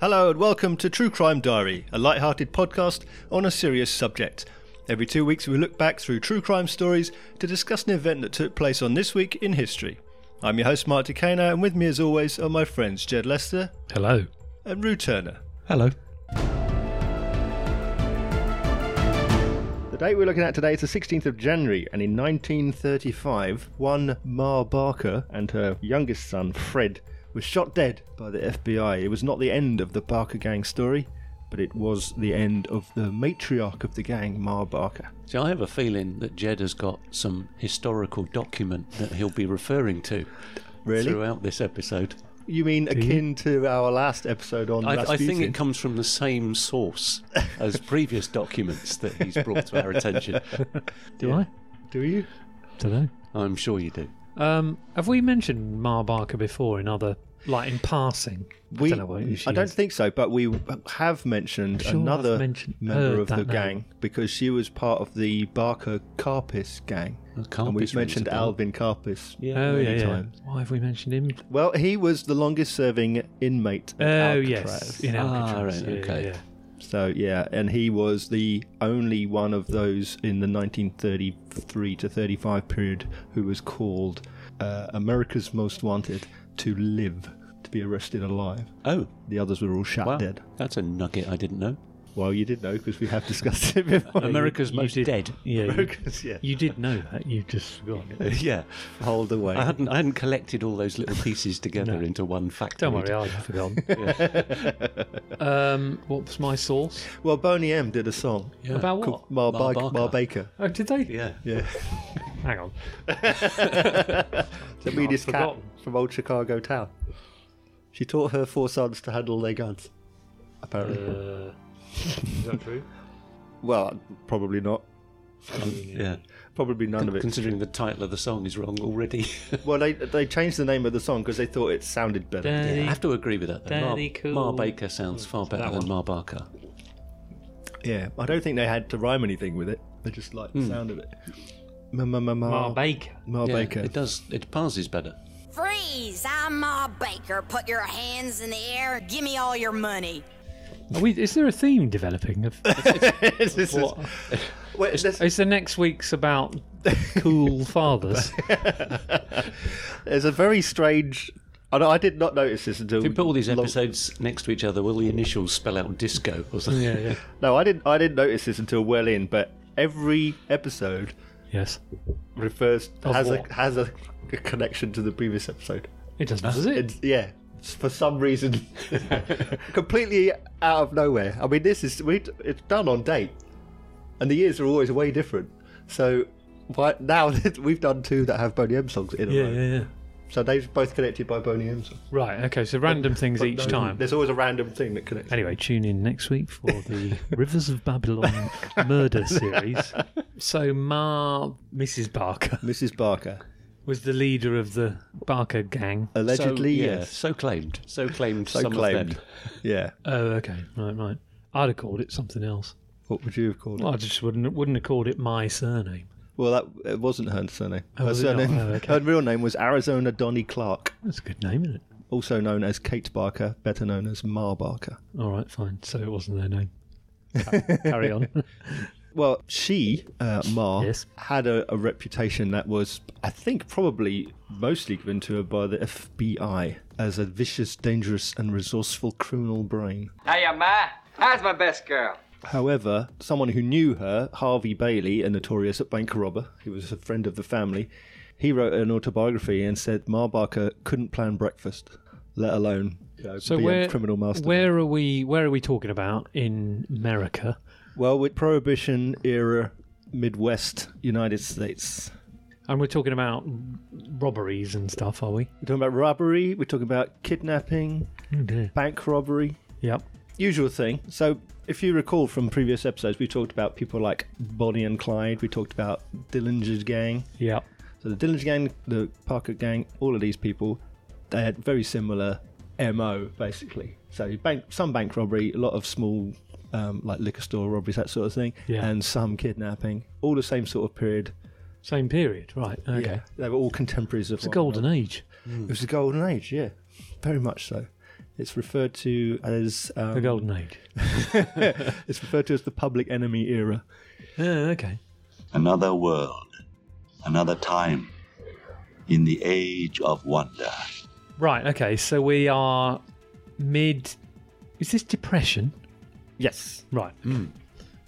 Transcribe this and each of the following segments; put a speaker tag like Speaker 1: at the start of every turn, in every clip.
Speaker 1: Hello and welcome to True Crime Diary, a light-hearted podcast on a serious subject. Every two weeks, we look back through true crime stories to discuss an event that took place on this week in history. I'm your host, Mark Decano, and with me, as always, are my friends Jed Lester
Speaker 2: Hello.
Speaker 1: and Rue Turner.
Speaker 2: Hello.
Speaker 1: The date we're looking at today is the 16th of January, and in 1935, one Ma Barker and her youngest son, Fred, was shot dead by the FBI. It was not the end of the Barker gang story, but it was the end of the matriarch of the gang, Ma Barker.
Speaker 3: See, I have a feeling that Jed has got some historical document that he'll be referring to
Speaker 1: Really?
Speaker 3: throughout this episode.
Speaker 1: You mean akin to our last episode on
Speaker 3: I, I
Speaker 1: Rasputin?
Speaker 3: think it comes from the same source as previous documents that he's brought to our attention.
Speaker 2: Do
Speaker 1: Yeah. Do you?
Speaker 2: I? Don't
Speaker 3: I'm sure you do.
Speaker 2: know. Um, have we mentioned Mar Barker before in other, like in passing?
Speaker 1: We-
Speaker 2: I don't know what she
Speaker 1: I don't
Speaker 2: is.
Speaker 1: think so, but we have mentioned
Speaker 2: sure I've
Speaker 1: another
Speaker 2: mentioned-
Speaker 1: member
Speaker 2: heard
Speaker 1: of the
Speaker 2: that name.
Speaker 1: gang because she was part of the Barker Carpis gang.
Speaker 3: Carpis
Speaker 1: and
Speaker 3: rings
Speaker 1: we've
Speaker 3: a
Speaker 1: mentioned
Speaker 3: bell.
Speaker 1: Alvin Carpis
Speaker 2: Oh
Speaker 1: many
Speaker 2: yeah, yeah.
Speaker 1: times.
Speaker 2: Why have we mentioned him?
Speaker 1: Well, he was the longest serving inmate
Speaker 2: Oh
Speaker 1: at Alcatraz.
Speaker 2: yes, in
Speaker 3: Ah,
Speaker 2: Alcatraz.
Speaker 3: right,
Speaker 2: yeah,
Speaker 3: okay.
Speaker 2: yeah, yeah.
Speaker 1: So, yeah, and he was the only one of those in the 1933 to 35 period who was called uh, America's Most Wanted to live, to be arrested alive.
Speaker 3: Oh,
Speaker 1: The others were all shot
Speaker 3: wow.
Speaker 1: dead.
Speaker 3: That's a nugget I didn't know.
Speaker 1: Well, you did know because we have discussed it before.
Speaker 3: America's
Speaker 2: you
Speaker 3: most
Speaker 2: did-
Speaker 3: dead.
Speaker 2: Yeah, you,
Speaker 1: America's, yeah.
Speaker 2: you did know that. You just forgot.
Speaker 3: yeah.
Speaker 1: Hold away.
Speaker 3: I hadn't, I hadn't collected all those little pieces together into one factoid.
Speaker 2: Don't worry, I've forgotten. um, what's my source?
Speaker 1: Well, Boney M did a song.
Speaker 3: Yeah.
Speaker 2: About what?
Speaker 1: called Mar,
Speaker 3: Mar
Speaker 1: Bar-
Speaker 3: Barker.
Speaker 1: Mar Baker.
Speaker 2: Oh, did they?
Speaker 3: Yeah.
Speaker 1: Yeah.
Speaker 2: Hang on.
Speaker 1: The meanest cat
Speaker 2: forgotten.
Speaker 1: from old Chicago town. She taught her four sons to handle their guns. Apparently.
Speaker 2: Uh, is that true?
Speaker 1: well, probably not.
Speaker 3: Yeah.
Speaker 1: Probably none of it.
Speaker 3: Considering the title of the song is wrong already.
Speaker 1: Well, they they changed the name of the song because they thought it sounded better.
Speaker 3: I have to agree with that. Though. Mar,
Speaker 2: Daddy cool.
Speaker 3: Mar Baker sounds far better
Speaker 2: That
Speaker 3: than
Speaker 2: one.
Speaker 3: Mar Barker.
Speaker 1: Yeah, I don't think they had to rhyme anything with it. They just liked the sound of it. Ma ma ma
Speaker 2: Mar
Speaker 1: ma.
Speaker 2: Baker.
Speaker 1: Mar
Speaker 3: Yeah,
Speaker 1: Baker.
Speaker 3: It does. It passes better.
Speaker 4: Freeze! I'm Ma Baker. Put your hands in the air and give me all your money.
Speaker 2: Are we, is there a theme developing? Of,
Speaker 1: This is- Wait, there's,
Speaker 2: is the next week's about cool fathers?
Speaker 1: there's a very strange. I, know, I did not notice this until
Speaker 3: If we put all these episodes next to each other, will the initials spell out disco or something?
Speaker 2: yeah, yeah.
Speaker 1: No, I didn't. I didn't notice this until well in. But every episode
Speaker 2: Yes.
Speaker 1: refers
Speaker 2: Of
Speaker 1: has
Speaker 2: what?
Speaker 1: a has a, a connection to the previous episode.
Speaker 2: It doesn't, does it?
Speaker 1: It's, yeah, it's for some reason, completely out of nowhere. I mean, this is we it's done on date, and the years are always way different. So. why now that we've done two that have Boney M songs in a
Speaker 2: Yeah,
Speaker 1: row,
Speaker 2: yeah, yeah.
Speaker 1: so they're both connected by Boney M songs.
Speaker 2: Right, okay, so random things each
Speaker 1: No,
Speaker 2: time.
Speaker 1: there's always a random thing that connects.
Speaker 2: Anyway, tune in next week for the Rivers of Babylon murder series. So, Ma, Mrs. Barker,
Speaker 1: Mrs. Barker,
Speaker 2: was the leader of the Barker gang.
Speaker 3: So,
Speaker 1: allegedly,
Speaker 3: yeah,
Speaker 1: yes,
Speaker 3: So claimed. So claimed.
Speaker 1: so
Speaker 3: some Of
Speaker 1: claimed.
Speaker 3: them.
Speaker 1: Yeah,
Speaker 2: Oh, okay, right, right. I'd have called it something else.
Speaker 1: what would you have called it?
Speaker 2: Well, I just wouldn't wouldn't have called it my surname.
Speaker 1: Well, that it wasn't her surname.
Speaker 2: Oh,
Speaker 1: her
Speaker 2: was it not?
Speaker 1: surname,
Speaker 2: Oh, okay.
Speaker 1: her real name was Arizona Donnie Clark,
Speaker 2: That's a good name, isn't it?
Speaker 1: also known as Kate Barker, better known as Ma Barker.
Speaker 2: All right, fine. So it wasn't their name. Ca- Carry on.
Speaker 1: Well, she, uh, Ma,
Speaker 2: Yes.
Speaker 1: had a, a reputation that was, I think, probably mostly given to her by the FBI as a vicious, dangerous, and resourceful criminal brain.
Speaker 5: Hiya, Ma. How's my best girl?
Speaker 1: However, someone who knew her, Harvey Bailey, a notorious bank robber, who was a friend of the family, he wrote an autobiography and said Ma Barker couldn't plan breakfast, let alone you know,
Speaker 2: So
Speaker 1: be
Speaker 2: where
Speaker 1: a criminal master.
Speaker 2: where are we? Where are we talking about in America?
Speaker 1: Well, with Prohibition era Midwest United States.
Speaker 2: And we're talking about robberies and stuff, are we?
Speaker 1: We're talking about robbery, we're talking about kidnapping,
Speaker 2: Oh dear.
Speaker 1: bank robbery,
Speaker 2: Yep.
Speaker 1: usual thing. So, if you recall from previous episodes, we talked about people like Bonnie and Clyde, we talked about Dillinger's gang.
Speaker 2: Yep.
Speaker 1: So the Dillinger gang, the Parker gang, all of these people, they had very similar MO basically. So bank, some bank robbery, a lot of small um, like liquor store robberies, that sort of thing,
Speaker 2: Yeah.
Speaker 1: and some kidnapping. All the same sort of period.
Speaker 2: Same period, right? Okay.
Speaker 1: Yeah, they were all contemporaries of
Speaker 2: It's a golden age.
Speaker 1: It was a golden age, yeah, very much so. It's referred to as
Speaker 2: The
Speaker 1: um,
Speaker 2: Golden Age.
Speaker 1: it's referred to as the public enemy era.
Speaker 2: Yeah, okay.
Speaker 6: another world, another time, in the age of wonder.
Speaker 2: Right, okay. So we are mid. Is this depression?
Speaker 1: Yes,
Speaker 2: Right.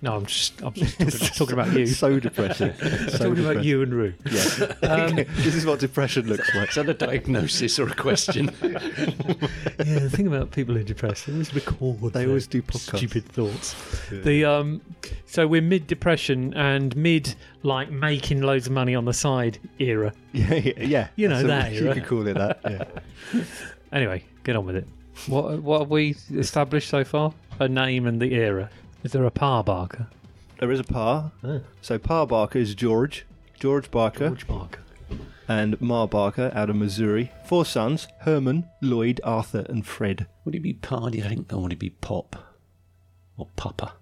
Speaker 2: No, I'm just, I'm just talking, talking about you.
Speaker 1: so depressing. so
Speaker 2: talking about you Um, and Rue.
Speaker 1: this is what depression looks like.
Speaker 3: Is that a diagnosis or a question?
Speaker 2: yeah, the thing about people who are depressed, they always record.
Speaker 1: They
Speaker 2: their
Speaker 1: always do podcasts.
Speaker 2: Stupid thoughts. The um, so we're mid depression and mid like making loads of money on the side era.
Speaker 1: yeah, yeah, yeah.
Speaker 2: You know
Speaker 1: So
Speaker 2: that
Speaker 1: You
Speaker 2: era.
Speaker 1: could call it that. Yeah.
Speaker 2: Anyway, get on with it. What what have we established so far? A name and the era. Is there a par Barker?
Speaker 1: there is a par. So par Barker is George, George Barker,
Speaker 2: Oh. George Barker.
Speaker 1: and Mar Barker out of Missouri. Four sons: Herman, Lloyd, Arthur, and Fred.
Speaker 3: would he be Pa, do you think? Or would he be Pop? Or Papa?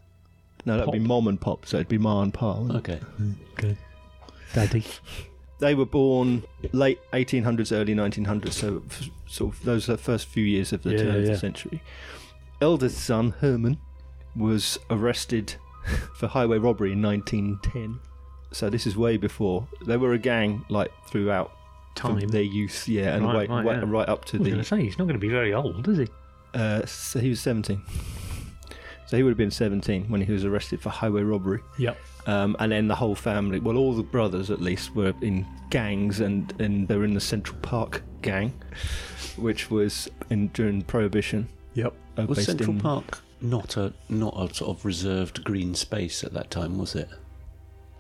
Speaker 1: No, that'd be mom and pop. So it'd be Ma and Pa. wouldn't it?
Speaker 2: Oh.
Speaker 3: Okay.
Speaker 2: Okay. Daddy.
Speaker 1: they were born late 1800s, early 1900s, so f- sort of those are the first few years of the
Speaker 2: Yeah,
Speaker 1: turn of
Speaker 2: yeah.
Speaker 1: the century. Eldest son, Herman, was arrested for highway robbery in 1910. So this is way before. They were a gang like throughout from
Speaker 2: Time.
Speaker 1: their youth, yeah, and
Speaker 2: Right,
Speaker 1: right,
Speaker 2: right, yeah.
Speaker 1: right up to
Speaker 2: I was going to
Speaker 1: the.
Speaker 2: say he's not going to be very old, is he?
Speaker 1: Uh, so he was 17. So he would have been 17 when he was arrested for highway robbery
Speaker 2: Yep.
Speaker 1: um, and then the whole family well all the brothers at least were in gangs and, and they were in the central park gang which was in during prohibition
Speaker 2: Yep.
Speaker 1: uh,
Speaker 3: Was
Speaker 1: based
Speaker 3: Central
Speaker 1: in-
Speaker 3: Park not a not a sort of reserved green space at that time, was it?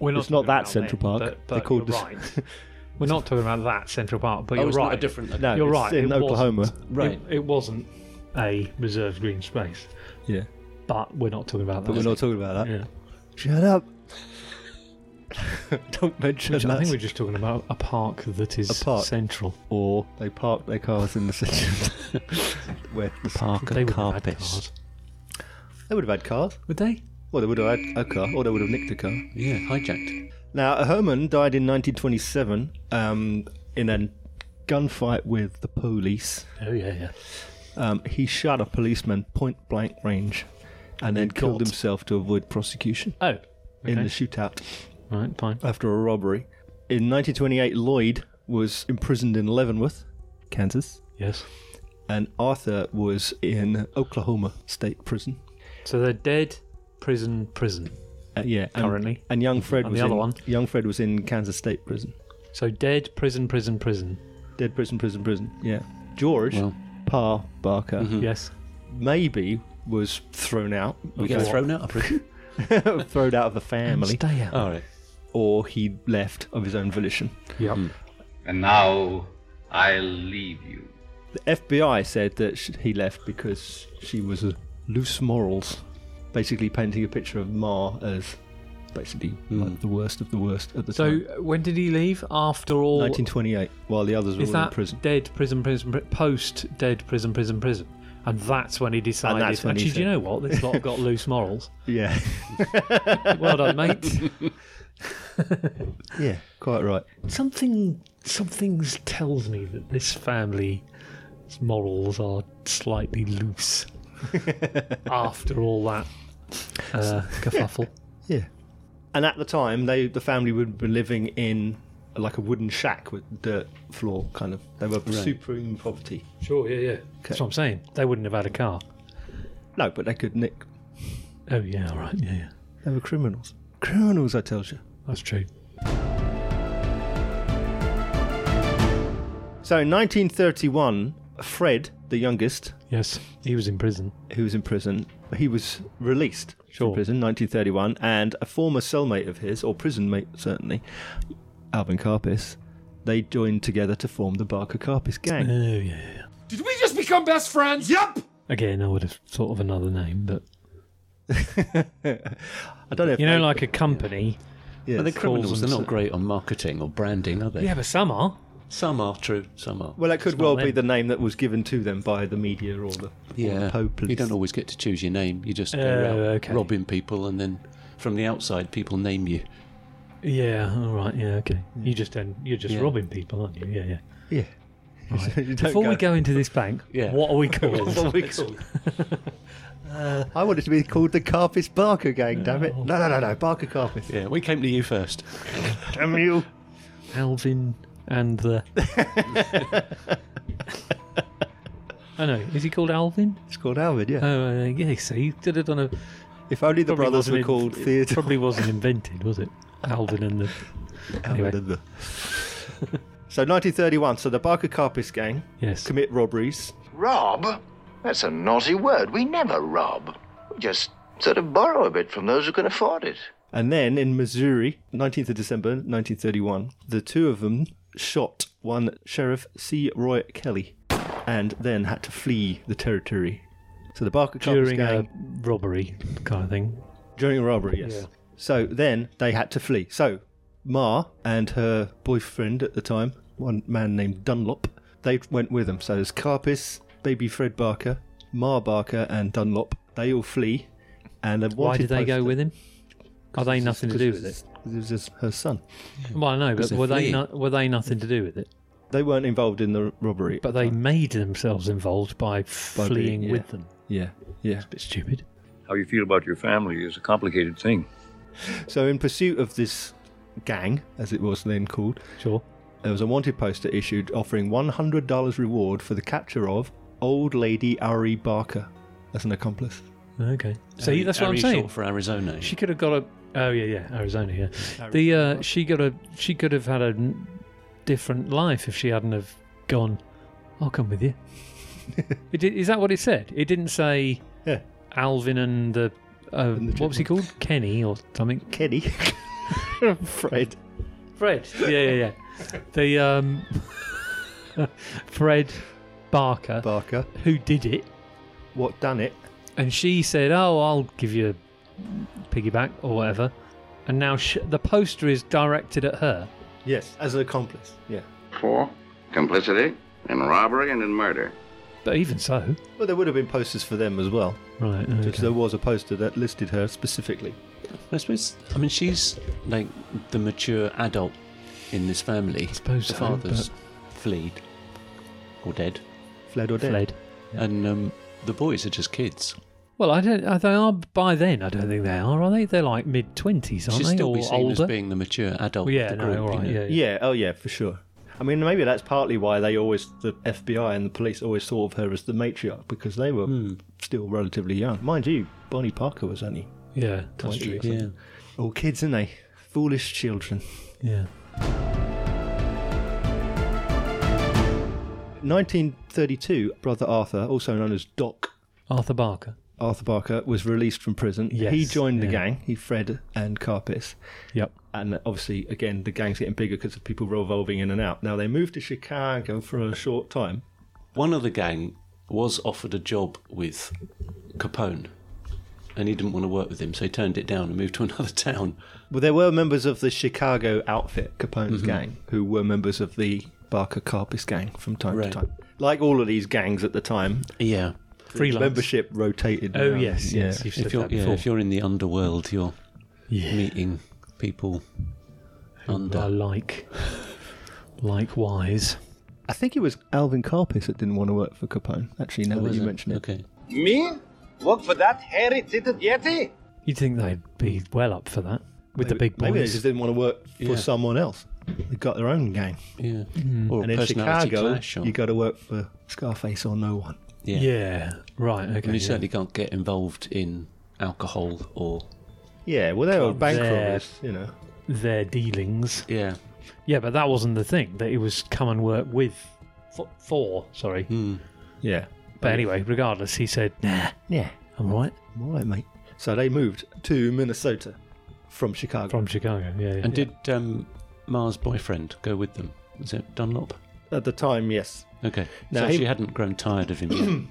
Speaker 2: We're
Speaker 1: It's not
Speaker 2: talking
Speaker 1: that
Speaker 2: about
Speaker 1: Central
Speaker 2: them,
Speaker 1: Park.
Speaker 2: But,
Speaker 1: They
Speaker 2: but
Speaker 1: called
Speaker 2: you're
Speaker 1: this-
Speaker 2: right. We're not talking about that Central Park, but
Speaker 3: Oh,
Speaker 2: you're
Speaker 3: it's
Speaker 2: right.
Speaker 3: not a different.
Speaker 1: no
Speaker 2: You're
Speaker 1: it's
Speaker 2: right,
Speaker 1: in
Speaker 2: it
Speaker 1: oklahoma
Speaker 2: wasn't.
Speaker 3: Right.
Speaker 2: It, it wasn't a reserved green space,
Speaker 1: yeah
Speaker 2: but we're not talking about that.
Speaker 1: but we're not talking about that
Speaker 2: Yeah.
Speaker 1: shut up don't mention
Speaker 2: Which I
Speaker 1: that
Speaker 2: think we're just talking about a park that is
Speaker 1: A park.
Speaker 2: central.
Speaker 1: or they parked their cars in the central where
Speaker 3: Park
Speaker 2: They
Speaker 3: of
Speaker 2: would have had
Speaker 3: Carpets.
Speaker 2: cars.
Speaker 1: they would have had cars
Speaker 2: Would they?
Speaker 1: or they would have had a car or they would have nicked a car
Speaker 3: Yeah, hijacked.
Speaker 1: Now, Herman died in 1927 um, in a gunfight with the police.
Speaker 2: Oh yeah, yeah.
Speaker 1: Um, he shot a policeman point blank range and then killed
Speaker 2: got.
Speaker 1: himself to avoid prosecution
Speaker 2: Oh, okay.
Speaker 1: in the shootout
Speaker 2: right, fine.
Speaker 1: after a robbery. In 1928, Lloyd was imprisoned in Leavenworth, Kansas,
Speaker 2: Yes.
Speaker 1: and Arthur was in Oklahoma State Prison.
Speaker 2: So they're dead. Prison, prison.
Speaker 1: Uh, yeah, and,
Speaker 2: Currently.
Speaker 1: and young Fred
Speaker 2: And
Speaker 1: was
Speaker 2: the other
Speaker 1: in,
Speaker 2: one.
Speaker 1: young Fred was in Kansas State Prison.
Speaker 2: So dead, prison, prison, prison.
Speaker 1: Dead prison, prison, prison. Yeah, George.
Speaker 3: Well.
Speaker 1: Pa Barker
Speaker 5: Mm-hmm.
Speaker 2: Yes.
Speaker 1: maybe was thrown out,
Speaker 3: We get thrown out of prison.
Speaker 1: thrown out of the family,
Speaker 2: Stay out.
Speaker 3: All right.
Speaker 1: or he left of his own volition.
Speaker 2: Yep.
Speaker 5: Mm. And now I'll leave you.
Speaker 1: The FBI said that sh- he left because she was a loose morals, basically painting a picture of Ma as basically
Speaker 5: Mm.
Speaker 1: like the worst of the worst at the
Speaker 2: So
Speaker 1: time.
Speaker 2: uh, when did he leave? After all,
Speaker 1: 1928, while the others were
Speaker 2: is
Speaker 1: all in
Speaker 2: that
Speaker 1: prison.
Speaker 2: dead prison, prison, pri- post dead prison, prison, prison? And that's when he decided.
Speaker 1: that's when he
Speaker 2: Actually, do you
Speaker 1: said-
Speaker 2: know what? This lot have got loose morals.
Speaker 1: Yeah,
Speaker 2: Well done, mate.
Speaker 1: yeah, quite right.
Speaker 2: something something tells me that this family's morals are slightly loose after all that uh, kerfuffle.
Speaker 1: Yeah. And at the time, they the family would be living in like a wooden shack with dirt floor, kind of. They were supreme poverty.
Speaker 2: Sure, yeah, yeah. That's what I'm saying. They wouldn't have had a car.
Speaker 1: No, but they could nick.
Speaker 2: Oh yeah, all right, yeah, yeah.
Speaker 1: They were criminals. Criminals, I tells you.
Speaker 2: That's true.
Speaker 1: So in 1931, Fred, the youngest,
Speaker 2: Yes, he was in prison.
Speaker 1: who was in prison, he was released
Speaker 2: Sure.
Speaker 1: from prison 1931, and a former cellmate of his, or prison mate certainly, Alvin Carpis, they joined together to form the Barker Carpis gang.
Speaker 2: Oh yeah, yeah.
Speaker 7: Did we just become best friends? Yep!
Speaker 2: Again, I would have thought of another name, but
Speaker 1: I don't know if
Speaker 2: you know,
Speaker 1: they-
Speaker 2: like a company.
Speaker 1: yes.
Speaker 3: Are they criminals?
Speaker 2: calls
Speaker 3: They're
Speaker 2: and
Speaker 3: not great on marketing or branding, are they?
Speaker 2: Yeah, but some are.
Speaker 3: Some are true, some are.
Speaker 1: Well, that could
Speaker 2: It's not
Speaker 1: well be
Speaker 2: them.
Speaker 1: the name that was given to them by the media or the, or the
Speaker 3: yeah.
Speaker 1: Pope.
Speaker 3: You don't always get to choose your name. You just go
Speaker 2: Oh,
Speaker 3: around
Speaker 2: okay.
Speaker 3: robbing people, and then from the outside, people name you.
Speaker 2: Yeah, all right, yeah, okay. You just end, you're just
Speaker 3: Yeah.
Speaker 2: robbing people, aren't you? Yeah, yeah.
Speaker 1: Yeah. You don't
Speaker 2: Before
Speaker 1: go-
Speaker 2: we go into this bank,
Speaker 3: Yeah.
Speaker 2: what are we called?
Speaker 1: What we call- I want it to be called the Carpus Barker Gang, damn it. No, no, no, no, Barker Carpus.
Speaker 3: Yeah, we came to you first.
Speaker 1: Damn you.
Speaker 2: Alvin and the. I know. Is he called Alvin?
Speaker 1: It's called Alvin, yeah.
Speaker 2: Oh, uh, yeah. So he did it on a.
Speaker 1: if only the brothers
Speaker 2: wasn't
Speaker 1: were
Speaker 2: in-
Speaker 1: called
Speaker 2: it
Speaker 1: Theodore.
Speaker 2: Probably wasn't invented, was it? Alvin and the. Anyway,
Speaker 1: Alvin. so 1931, so the Barker Carpus Gang
Speaker 2: yes.
Speaker 1: commit robberies.
Speaker 8: Rob? That's a naughty word. We never rob. We just sort of borrow a bit from those who can afford it.
Speaker 1: And then in Missouri, 19th of December 1931, the two of them shot one Sheriff C. Roy Kelly and then had to flee the territory. So the Barker Carpus
Speaker 2: During
Speaker 1: Gang.
Speaker 2: a robbery kind of thing.
Speaker 1: During a robbery, yes. So then they had to flee. So Ma and her boyfriend at the time, one man named Dunlop, they went with them. So there's Carpus, baby Fred Barker, Ma Barker, and Dunlop. They all flee. And the
Speaker 2: Why did they go with him? Are they nothing to do with it?
Speaker 1: It was just her son.
Speaker 2: Well, I know, but
Speaker 3: they're
Speaker 2: were they
Speaker 3: fleeing.
Speaker 2: not, were they nothing to do with it?
Speaker 1: They weren't involved in the robbery.
Speaker 2: But they made themselves involved by, fleeing
Speaker 1: yeah.
Speaker 2: with them.
Speaker 1: yeah, yeah.
Speaker 2: bit stupid.
Speaker 9: How you feel about your family is a complicated thing.
Speaker 1: So in pursuit of this gang, as it was then called,
Speaker 2: Sure.
Speaker 1: there was a wanted poster issued offering $100 reward for the capture of old lady Ari Barker as an accomplice.
Speaker 2: Okay. So he- that's what I'm
Speaker 3: Ari
Speaker 2: saying.
Speaker 3: Short for Arizona.
Speaker 2: She could have got a. Oh yeah, yeah, Arizona. Yeah. The uh, she got a. She could have had a n- different life if she hadn't have gone. I'll come with you. it, di- is that what it said? It didn't say.
Speaker 1: Yeah.
Speaker 2: Alvin and the. Uh, what was he called? Kenny or something?
Speaker 1: Kenny. Fred.
Speaker 2: Fred. Yeah, yeah, yeah. the um. Fred Barker,
Speaker 1: Barker.
Speaker 2: who did it,
Speaker 1: What done it?
Speaker 2: and she said, "Oh, I'll give you a piggyback or whatever." And now sh- the poster is directed at her.
Speaker 1: Yes, as an accomplice. Yeah.
Speaker 10: Four. Complicity in robbery and in murder.
Speaker 2: But even so,
Speaker 1: Well, there would have been posters for them as well,
Speaker 2: right?
Speaker 1: because there was a poster that listed her specifically.
Speaker 3: I suppose. I mean, she's like the mature adult in this family. I
Speaker 2: suppose
Speaker 3: the
Speaker 2: so,
Speaker 3: father's fled or dead,
Speaker 1: Fled or dead.
Speaker 2: Fled.
Speaker 3: and um, the boys are just kids.
Speaker 2: Well, I don't. uh, They are by then. I don't think they are. Are they? They're like mid twenties, aren't
Speaker 3: She'd
Speaker 2: they?
Speaker 3: still
Speaker 2: or
Speaker 3: be seen
Speaker 2: older?
Speaker 3: as being the mature adult.
Speaker 2: Well, yeah,
Speaker 3: of the
Speaker 2: no,
Speaker 3: group,
Speaker 2: all right,
Speaker 3: you know.
Speaker 2: yeah,
Speaker 1: Yeah, oh yeah, for sure. I mean, maybe that's partly why they always, the FBI and the police always thought of her as the matriarch, because they were
Speaker 2: Hmm.
Speaker 1: still relatively young. Mind you, Bonnie Parker was only
Speaker 2: yeah. That's
Speaker 1: 20.
Speaker 2: true.
Speaker 1: or something. All kids, aren't they? Foolish children.
Speaker 2: Yeah.
Speaker 1: 1932, Brother Arthur, also known as Doc,
Speaker 2: Arthur Barker.
Speaker 1: Arthur Barker was released from prison.
Speaker 2: Yes,
Speaker 1: he joined the
Speaker 2: yeah.
Speaker 1: gang. He, Fred, and Carpus,
Speaker 2: Yep.
Speaker 1: and obviously, again, the gang's getting bigger because of people revolving in and out. Now they moved to Chicago for a short time.
Speaker 3: One of the gang was offered a job with Capone, and he didn't want to work with him, so he turned it down and moved to another town.
Speaker 1: Well, there were members of the Chicago outfit, Capone's
Speaker 3: Mm-hmm.
Speaker 1: gang, who were members of the Barker Carpus gang from time
Speaker 3: Right.
Speaker 1: to time. Like all of these gangs at the time,
Speaker 3: Yeah.
Speaker 2: Freelance.
Speaker 1: membership rotated.
Speaker 2: Oh
Speaker 1: around.
Speaker 2: yes,
Speaker 1: Yeah.
Speaker 2: yes. You've said
Speaker 3: If you're,
Speaker 2: that before.
Speaker 3: yeah, if you're in the underworld, you're meeting people under.
Speaker 2: I like. Likewise.
Speaker 1: I think it was Alvin Carpus that didn't want to work for Capone. Actually, now that
Speaker 3: Was
Speaker 1: you
Speaker 3: it?
Speaker 1: mention it,
Speaker 3: Okay.
Speaker 7: Me? Work for that hairy-titted yeti?
Speaker 2: You'd think they'd be well up for that with the big boys.
Speaker 1: maybe they just didn't want to work for
Speaker 3: Yeah.
Speaker 1: someone else. They got their own gang.
Speaker 3: Yeah. Or
Speaker 1: And
Speaker 3: a
Speaker 1: in
Speaker 3: personality
Speaker 1: Chicago,
Speaker 3: clash. Or,
Speaker 1: you got to work for Scarface or no one.
Speaker 3: yeah.
Speaker 2: Yeah. Right. Okay.
Speaker 3: And you
Speaker 2: yeah.
Speaker 3: certainly can't get involved in alcohol or.
Speaker 1: Yeah, well, they were bank
Speaker 2: there.
Speaker 1: robbers, you know.
Speaker 2: Their dealings.
Speaker 3: Yeah.
Speaker 2: Yeah, but that wasn't the thing. That it was come and work with. For. for sorry.
Speaker 1: Yeah.
Speaker 2: But anyway, regardless, he said, "Nah,
Speaker 1: Yeah.
Speaker 2: I'm all right
Speaker 1: All right, mate. So they moved to Minnesota from Chicago.
Speaker 2: from Chicago." Yeah, yeah.
Speaker 3: And did um, Ma's boyfriend go with them? Was it Dunlop?
Speaker 1: At the time, yes.
Speaker 3: Okay.
Speaker 1: No,
Speaker 3: so
Speaker 1: he-
Speaker 3: she hadn't grown tired of him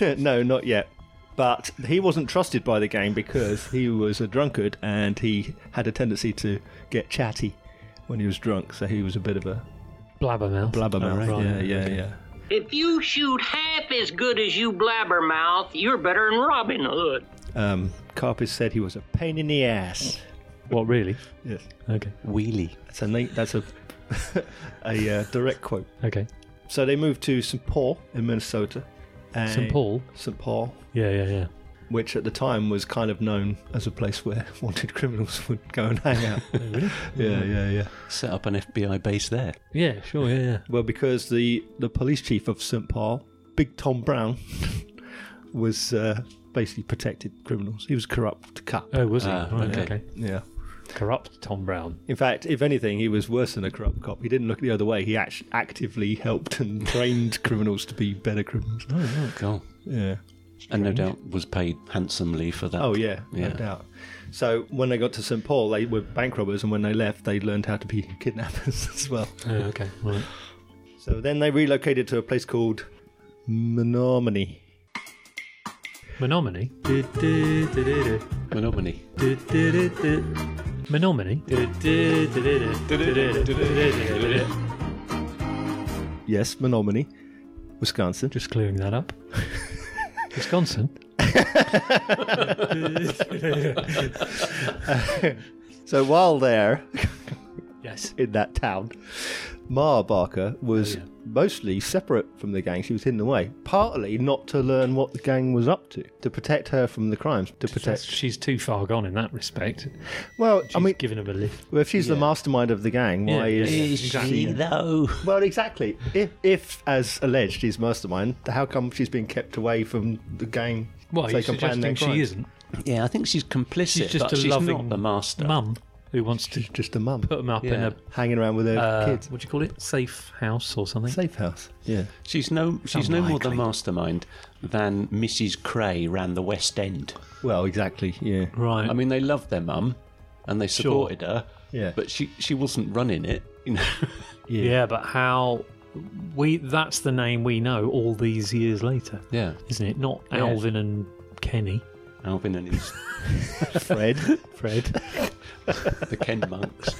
Speaker 3: yet.
Speaker 1: no, not yet. But he wasn't trusted by the gang because he was a drunkard and he had a tendency to get chatty when he was drunk. So he was a bit of a
Speaker 2: blabbermouth.
Speaker 1: blabbermouth.
Speaker 2: Oh, right.
Speaker 1: Yeah, yeah, yeah.
Speaker 10: If you shoot half as good as you blabbermouth, you're better than Robin Hood.
Speaker 1: Um, Carpus said he was a pain in the ass.
Speaker 2: what really?
Speaker 1: Yes,
Speaker 2: Okay,
Speaker 3: Wheelie.
Speaker 1: that's a neat, that's a a uh, direct quote.
Speaker 2: okay.
Speaker 1: So they moved to St. Paul in Minnesota. and-
Speaker 2: St. Paul?
Speaker 1: St. Paul,
Speaker 2: Yeah, yeah, yeah.
Speaker 1: which at the time was kind of known as a place where wanted criminals would go and hang out. yeah, yeah, yeah.
Speaker 3: Set up an FBI base there.
Speaker 2: Yeah, sure, yeah, yeah.
Speaker 1: Well, because the, the police chief of St. Paul, Big Tom Brown, was uh, basically protected criminals. He was a corrupt cop.
Speaker 2: Oh, was he?
Speaker 3: Ah,
Speaker 2: Right, okay.
Speaker 3: okay.
Speaker 1: Yeah.
Speaker 2: Corrupt Tom Brown.
Speaker 1: In fact, if anything, he was worse than a corrupt cop. He didn't look the other way. He act- actively helped and trained criminals to be better criminals.
Speaker 2: Hmm.
Speaker 3: Cool.
Speaker 1: Yeah.
Speaker 3: And no doubt was paid handsomely for that.
Speaker 1: Oh yeah, no
Speaker 3: Yeah.
Speaker 1: doubt. So when they got to St Paul, they were bank robbers, and when they left, they learned how to be kidnappers as well.
Speaker 2: Oh, okay. Right.
Speaker 1: So then they relocated to a place called Menominee.
Speaker 2: Menominee.
Speaker 3: Menominee.
Speaker 2: Menominee.
Speaker 1: Yes, Menominee, Wisconsin.
Speaker 2: Just clearing that up. Wisconsin.
Speaker 1: So while there
Speaker 2: Yes.
Speaker 1: in that town, Ma Barker
Speaker 2: Oh,
Speaker 1: was mostly separate from the gang. She was hidden away, partly not to learn what the gang was up to, to protect her from the crimes, to
Speaker 2: That's,
Speaker 1: protect.
Speaker 2: she's too far gone in that respect. She's
Speaker 1: Well, I mean,
Speaker 2: giving him a lift.
Speaker 1: well, if she's the mastermind of the gang, why
Speaker 2: Yeah, yeah,
Speaker 1: is
Speaker 2: yeah.
Speaker 3: Exactly. though.
Speaker 1: Well, exactly. If, if as alleged, he's mastermind, how come she's been kept away from the gang?
Speaker 2: Well,
Speaker 1: so
Speaker 2: you're
Speaker 1: they can plan their
Speaker 2: suggesting she
Speaker 1: crimes?
Speaker 2: isn't.
Speaker 3: Yeah, I think she's complicit.
Speaker 2: She's just
Speaker 3: but
Speaker 2: a
Speaker 3: she's
Speaker 2: loving
Speaker 3: not the master.
Speaker 2: mum who wants to
Speaker 1: She's just a mum
Speaker 2: put him up in
Speaker 3: Yeah.
Speaker 2: a
Speaker 1: hanging around with her
Speaker 2: uh,
Speaker 1: kids.
Speaker 2: what do you call it? Safe house or something?
Speaker 1: Safe house. Yeah.
Speaker 3: She's no. She's no more the
Speaker 2: Unlikely.
Speaker 3: mastermind than Mrs. Cray ran the West End.
Speaker 1: Well, exactly. Yeah.
Speaker 2: Right.
Speaker 3: I mean, they loved their mum, and they supported her.
Speaker 1: Yeah.
Speaker 3: But she she wasn't running it. You know.
Speaker 2: yeah. but how we that's the name we know all these years later,
Speaker 3: yeah.
Speaker 2: isn't it? Not Alvin and Kenny.
Speaker 3: Alvin and his,
Speaker 1: Fred. Fred.
Speaker 3: the Ken monks.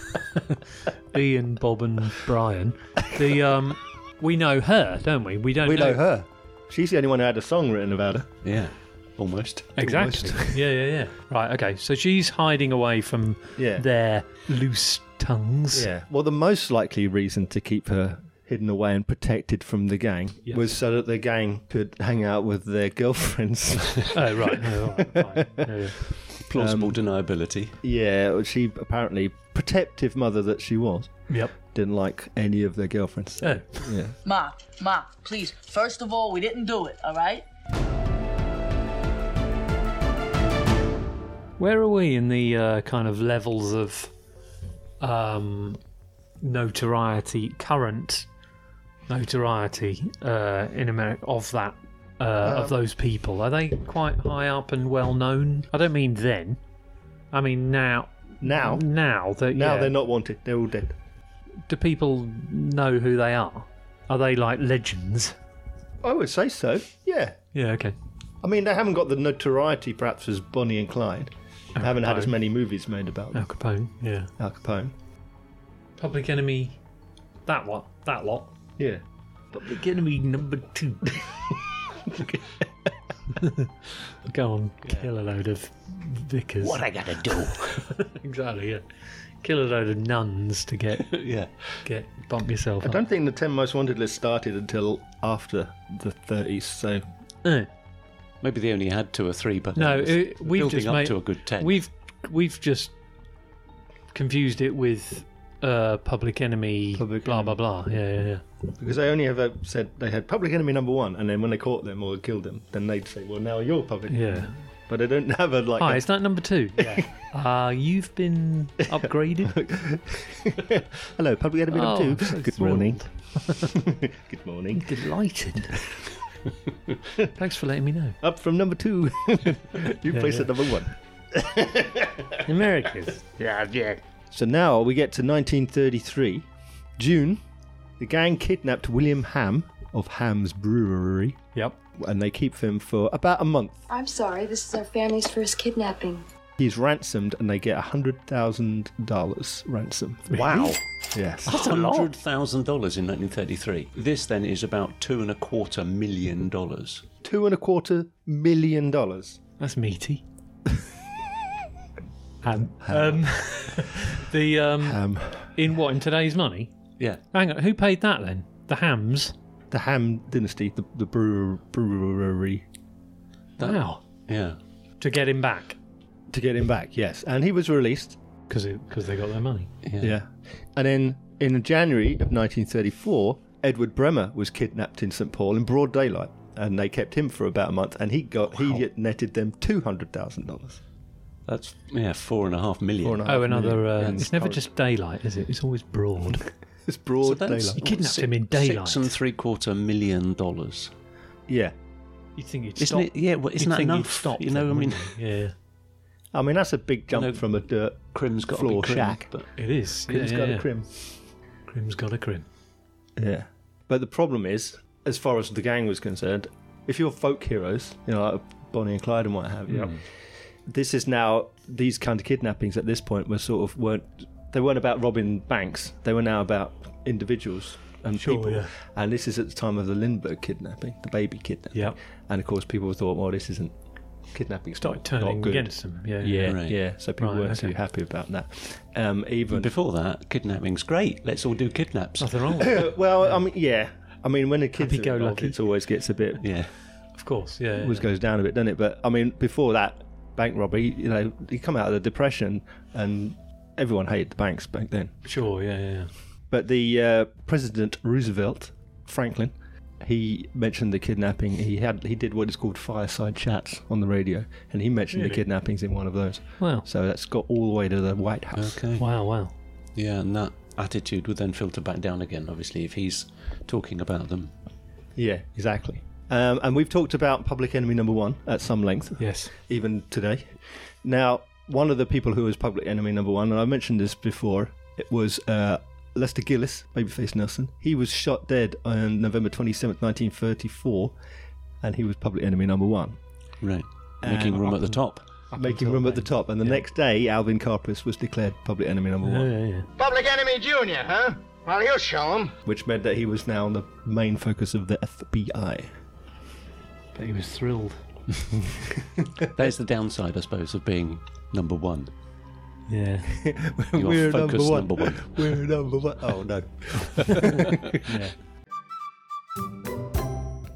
Speaker 2: Ian, Bob and Brian. The um we know her, don't we? We don't
Speaker 1: We
Speaker 2: know
Speaker 1: know her. She's the only one who had a song written about her.
Speaker 3: Yeah. Almost.
Speaker 2: Exactly. yeah, yeah, yeah. Right, okay. So she's hiding away from
Speaker 1: Yeah.
Speaker 2: their loose tongues.
Speaker 1: Yeah. Well, the most likely reason to keep her hidden away and protected from the gang was so that the gang could hang out with their girlfriends.
Speaker 2: Oh, right. Oh, right, right. Yeah, yeah.
Speaker 3: Plausible
Speaker 2: Um,
Speaker 3: deniability.
Speaker 1: yeah. She apparently protective mother that she was
Speaker 2: Yep.
Speaker 1: didn't like any of their girlfriends.
Speaker 2: Oh.
Speaker 11: Ma, Ma, please. First of all, we didn't do it, all right?
Speaker 2: Where are we in the uh, kind of levels of um, notoriety, current notoriety uh, in America of that uh, of
Speaker 1: Um,
Speaker 2: those people? Are they quite high up and well known? I don't mean then. I mean now.
Speaker 1: Now,
Speaker 2: Now that
Speaker 1: Now
Speaker 2: yeah.
Speaker 1: they're not wanted. They're all dead.
Speaker 2: Do people know who they are? Are they like legends?
Speaker 1: I would say so. Yeah.
Speaker 2: Yeah. Okay.
Speaker 1: I mean, they haven't got the notoriety perhaps as Bonnie and Clyde.
Speaker 2: Oh,
Speaker 1: They haven't had as many movies made about
Speaker 2: Al
Speaker 1: them.
Speaker 2: Capone. Yeah.
Speaker 1: Al Capone.
Speaker 2: Public Enemy. That one. That lot.
Speaker 1: Yeah.
Speaker 2: Public Enemy number two. Go on, kill a load of vicars. What I gotta do? exactly, yeah. Kill a load of nuns to get
Speaker 3: yeah.
Speaker 2: get bump yourself
Speaker 1: I
Speaker 2: up.
Speaker 1: don't think the 10 most wanted list started until after the 30s, so
Speaker 2: Uh,
Speaker 3: Maybe they only had two or three, but
Speaker 2: no,
Speaker 3: it was
Speaker 2: it, we've
Speaker 3: building
Speaker 2: just
Speaker 3: up
Speaker 2: made,
Speaker 3: to a good ten.
Speaker 2: We've we've just confused it with uh, Public Enemy.
Speaker 1: Public
Speaker 2: blah blah blah. Yeah, yeah, yeah.
Speaker 1: because they only ever said they had public enemy number one, and then when they caught them or killed them, then they'd say, Well, now you're public.
Speaker 2: Yeah.
Speaker 1: But they don't have a like.
Speaker 2: Hi,
Speaker 1: a-
Speaker 2: is that number two? Yeah. uh, you've been upgraded.
Speaker 1: Hello, public enemy
Speaker 2: Oh,
Speaker 1: number
Speaker 2: I'm
Speaker 1: two.
Speaker 2: so
Speaker 1: Good
Speaker 2: thrilled.
Speaker 1: morning. Good morning.
Speaker 2: Delighted. Thanks for letting me know.
Speaker 1: Up from number two. New place at number one.
Speaker 2: Americas.
Speaker 1: So now we get to 1933, June. The gang kidnapped William Ham of Ham's Brewery,
Speaker 2: Yep.
Speaker 1: and they keep him for about a month.
Speaker 12: I'm sorry, this is our family's first kidnapping.
Speaker 1: He's ransomed, and they get a hundred thousand dollars ransom.
Speaker 3: Wow.
Speaker 1: Yes,
Speaker 3: That's a hundred thousand dollars in 1933. This then is about two and a quarter million dollars.
Speaker 1: two and a quarter million dollars.
Speaker 2: That's meaty. um, um, the um,
Speaker 1: Um,
Speaker 2: in what in today's money?
Speaker 3: Yeah,
Speaker 2: Hang on, who paid that then? The hams.
Speaker 1: the Ham Dynasty, the, the brewer, brewery.
Speaker 2: Wow.
Speaker 3: Yeah.
Speaker 2: To get him back.
Speaker 1: To get him back, yes. And he was released.
Speaker 2: Because they got their money.
Speaker 1: Yeah. And then in January of 1934, Edward Bremer was kidnapped in St. Paul in broad daylight. And they kept him for about a month, and he got he netted them two hundred thousand dollars.
Speaker 3: That's yeah, four and a half million.
Speaker 1: Four and a half
Speaker 2: Oh, another.
Speaker 1: million.
Speaker 2: Uh,
Speaker 1: Yeah,
Speaker 2: it's never
Speaker 1: current.
Speaker 2: just daylight, is it? It's always broad.
Speaker 1: it's broad
Speaker 3: that's-
Speaker 2: You kidnapped
Speaker 3: six-
Speaker 2: him in daylight.
Speaker 3: Six and three quarter million dollars.
Speaker 1: Yeah.
Speaker 2: You'd think you'd
Speaker 3: Isn't
Speaker 2: stop.
Speaker 3: it- yeah, well, isn't
Speaker 2: you'd
Speaker 3: that
Speaker 2: think you'd
Speaker 3: enough?
Speaker 2: Stop
Speaker 3: You know,
Speaker 2: them,
Speaker 3: I mean-
Speaker 2: wouldn't you? yeah.
Speaker 1: I mean, that's a big jump from a dirt
Speaker 3: crim's got
Speaker 1: floor
Speaker 3: a crim,
Speaker 1: shack.
Speaker 3: But
Speaker 2: It is. Yeah,
Speaker 1: Crim's
Speaker 2: yeah,
Speaker 1: got a
Speaker 2: yeah.
Speaker 1: crim.
Speaker 2: Crim's got a crim.
Speaker 1: Yeah. But the problem is, as far as the gang was concerned, if you're folk heroes, you know, like Bonnie and Clyde and what have you,
Speaker 2: Yep.
Speaker 1: this is now these kind of kidnappings at this point were sort of weren't they weren't about robbing banks. They were now about individuals and
Speaker 2: Sure,
Speaker 1: people.
Speaker 2: yeah.
Speaker 1: And this is at the time of the Lindbergh kidnapping, the baby kidnapping.
Speaker 2: Yep.
Speaker 1: And of course people thought, well, this isn't kidnapping
Speaker 2: Started
Speaker 1: not
Speaker 2: turning
Speaker 1: good.
Speaker 2: against them. Yeah.
Speaker 1: Yeah,
Speaker 3: Right.
Speaker 1: yeah. So people
Speaker 2: Right,
Speaker 1: weren't
Speaker 2: okay.
Speaker 1: too happy about that. Um, even
Speaker 3: before that, kidnapping's great. Let's all do kidnaps.
Speaker 2: Nothing wrong with it.
Speaker 1: well, I mean, yeah. I mean, when the kids are involved,
Speaker 2: Happy-go-lucky.
Speaker 1: it always gets a bit
Speaker 3: Yeah.
Speaker 2: Of course. Yeah.
Speaker 1: always goes down a bit, doesn't it? But I mean, before that bank robbery, you know, you come out of the depression, and everyone hated the banks back then.
Speaker 2: Sure. Yeah. Yeah. yeah.
Speaker 1: But the uh, President Roosevelt Franklin, he mentioned the kidnapping. He had he did what is called fireside chats on the radio, and he mentioned the
Speaker 2: Really?
Speaker 1: kidnappings in one of those.
Speaker 2: Wow.
Speaker 1: So that's got all the way to the White House.
Speaker 3: Okay.
Speaker 2: Wow. Wow.
Speaker 3: Yeah, and that attitude would then filter back down again. Obviously, if he's talking about them.
Speaker 1: Yeah, exactly. Um, and we've talked about Public Enemy Number One at some length.
Speaker 2: Yes.
Speaker 1: even today. Now, one of the people who was public enemy number one, and I mentioned this before, it was uh, Lester Gillis, Babyface Nelson. He was shot dead on November 27th, 1934, and he was public enemy number one,
Speaker 3: Right. Making room at the top.
Speaker 1: making room at the top. And the next day, Alvin Karpis was declared public enemy number
Speaker 2: Yeah.
Speaker 1: one,
Speaker 2: Yeah. yeah.
Speaker 7: Public Enemy Junior, huh? Well, you show 'em.
Speaker 1: which meant that he was now the main focus of the FBI.
Speaker 2: But he was thrilled.
Speaker 3: That is the downside, I suppose, of being number one.
Speaker 2: Yeah.
Speaker 3: You are focus number one.
Speaker 1: We're number one. Oh no.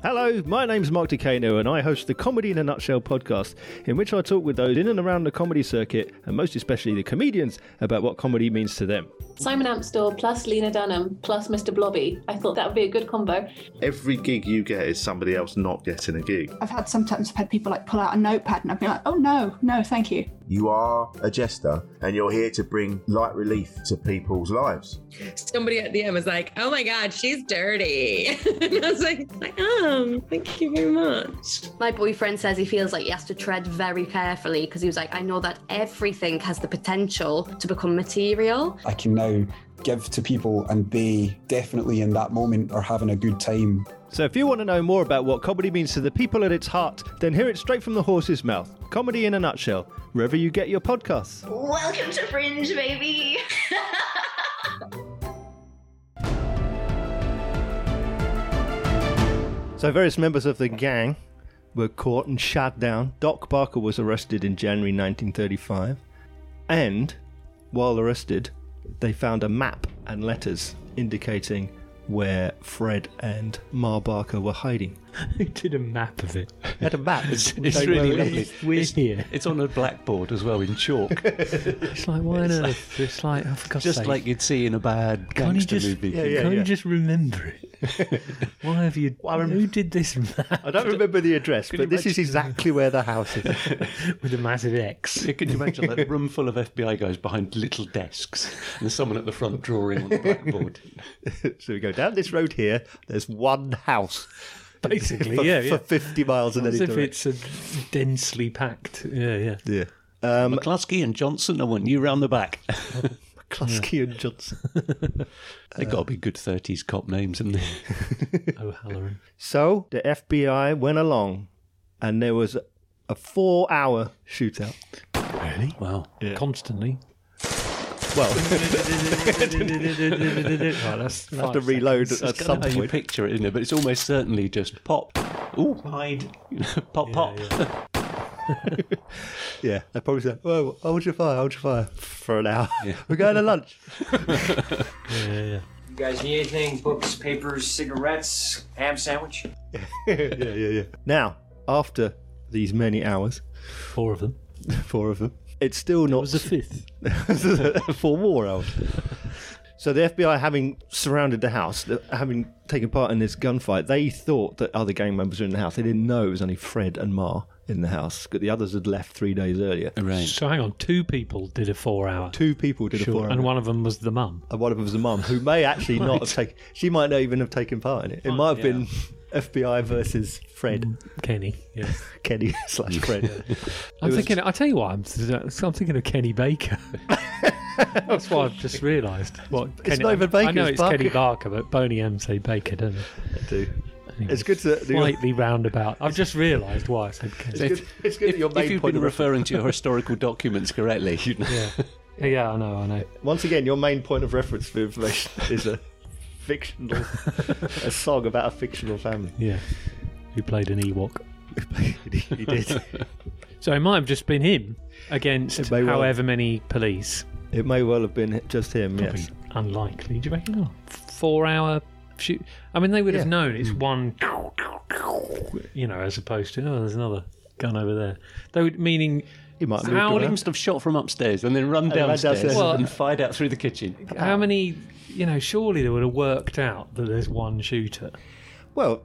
Speaker 1: Hello, my name's Mark DeCano, and I host the Comedy in a Nutshell podcast, in which I talk with those in and around the comedy circuit, and most especially the comedians, about what comedy means to them.
Speaker 13: Simon Amstel plus Lena Dunham plus Mr. Blobby. I thought that would be a good combo.
Speaker 14: Every gig you get is somebody else not getting a gig.
Speaker 15: I've had sometimes I've had people like pull out a notepad and I've been like, oh no, no, thank you.
Speaker 16: You are a jester and you're here to bring light relief to people's lives.
Speaker 17: somebody at the end was like, "Oh my god, she's dirty," and I was like, "I am. Thank you very much."
Speaker 18: My boyfriend says he feels like he has to tread very carefully because he was like, I know that everything has the potential to become material.
Speaker 19: I can now give to people, and they definitely in that moment are having a good time.
Speaker 1: So, if you want to know more about what comedy means to the people at its heart, then hear it straight from the horse's mouth. Comedy in a Nutshell, wherever you get your podcasts.
Speaker 20: Welcome to Fringe, baby.
Speaker 1: So various members of the gang were caught and shut down. Doc Barker was arrested in January 1935, and while arrested, they found a map and letters indicating where Fred and Ma Barker were hiding.
Speaker 2: He did a map of it.
Speaker 1: Had a map.
Speaker 3: It's,
Speaker 1: Showing
Speaker 3: it's
Speaker 1: where
Speaker 3: really
Speaker 1: it
Speaker 3: lovely.
Speaker 1: is.
Speaker 2: We're
Speaker 3: it's,
Speaker 2: here.
Speaker 3: It's on a blackboard as well in chalk.
Speaker 2: It's like why on
Speaker 3: It's
Speaker 2: earth? It's like oh, for God's
Speaker 3: Just
Speaker 2: sake.
Speaker 3: like you'd see in a bad
Speaker 2: Can't you
Speaker 3: gangster
Speaker 2: just,
Speaker 3: movie.
Speaker 2: can't you just remember it? Why have you? who did this map
Speaker 1: I don't remember the address,
Speaker 2: Could
Speaker 1: but
Speaker 2: you
Speaker 1: this is exactly where the house is.
Speaker 2: with a massive X?
Speaker 3: Yeah, Could you imagine that room full of FBI guys behind little desks and there's someone at the front drawing on the blackboard?
Speaker 1: so we go down this road here. There's one house,
Speaker 2: Basically,
Speaker 1: for,
Speaker 2: yeah,
Speaker 1: for
Speaker 2: yeah.
Speaker 1: 50 miles in
Speaker 2: As
Speaker 1: any
Speaker 2: if
Speaker 1: direction.
Speaker 2: it's a densely packed. Yeah, yeah.
Speaker 1: Yeah.
Speaker 3: Um, McCluskey and Johnson, I want you round the back.
Speaker 1: McCluskey and Johnson.
Speaker 3: They've got to be good 30s cop names, haven't they?
Speaker 2: Oh, O'Halloran.
Speaker 1: So the FBI went along, and there was a four-hour shootout.
Speaker 2: Really?
Speaker 3: Wow.
Speaker 2: Constantly.
Speaker 1: Well,
Speaker 2: Right, that's
Speaker 1: I'll have to
Speaker 2: five
Speaker 1: reload
Speaker 2: seconds.
Speaker 1: at
Speaker 2: It's
Speaker 1: some
Speaker 2: gonna-
Speaker 3: How you
Speaker 1: point.
Speaker 3: picture it, isn't it? But it's almost certainly just pop. Ooh, hide. pop, pop.
Speaker 1: Yeah, they probably said, "Oh, hold your fire, hold your fire for an hour. We're going to lunch."
Speaker 2: Yeah, yeah, yeah.
Speaker 21: You guys need anything? Books, papers, cigarettes, ham sandwich?
Speaker 1: yeah, yeah, yeah. Now, after these many hours,
Speaker 2: four of them,
Speaker 1: four of them, it's still not. It was
Speaker 2: a fifth.
Speaker 1: four more hours. So the FBI, having surrounded the house, th- having taken part in this gunfight, they thought that other gang members were in the house. They didn't know it was only Fred and Ma in the house. 'cause The others had left three days earlier.
Speaker 2: So hang on, two people did a four-hour.
Speaker 1: Two people did a four-hour.
Speaker 2: and one of them was the mum.
Speaker 1: And one of them was the mum, who may actually not have taken. She might not even have taken part in it. It might have been FBI versus Fred,
Speaker 2: Kenny, yeah.
Speaker 1: Kenny slash Fred.
Speaker 2: I'm
Speaker 1: It was-
Speaker 2: thinking. I tell you what, I'm, I'm thinking of Kenny Baker. That's what I've just realised. What
Speaker 1: It's not even Baker,
Speaker 2: I know
Speaker 1: it's
Speaker 2: it's,
Speaker 1: Barker.
Speaker 2: Kenny Barker, but Boney M say Baker, don't they?
Speaker 1: They do.
Speaker 2: It's
Speaker 1: good to
Speaker 2: slightly roundabout. I've just realised why I said Kenny.
Speaker 3: If-
Speaker 1: it's good that your main
Speaker 3: if you've
Speaker 1: point
Speaker 3: been
Speaker 1: of
Speaker 3: referring to your historical documents correctly, you know.
Speaker 2: Yeah. yeah, I know, I know.
Speaker 1: Once again, your main point of reference for information is a fictional, a song about a fictional family.
Speaker 2: Yeah, who played an Ewok?
Speaker 1: he did.
Speaker 2: so it might have just been him against
Speaker 1: may well-
Speaker 2: however many police.
Speaker 1: It may well have been just him.
Speaker 2: Probably
Speaker 1: Yes.
Speaker 2: unlikely. Do you reckon? Oh, four-hour shoot. I mean, they would have
Speaker 1: Yeah.
Speaker 2: known it's one. You know, as opposed to oh, there's another gun over there. They would meaning.
Speaker 1: He might
Speaker 2: have moved
Speaker 3: How
Speaker 2: around.
Speaker 3: they must have shot from upstairs and then run
Speaker 2: And run
Speaker 3: downstairs,
Speaker 2: downstairs. Well-
Speaker 3: and fired out through the kitchen.
Speaker 2: How many? You know, surely they would have worked out that there's one shooter.
Speaker 1: Well,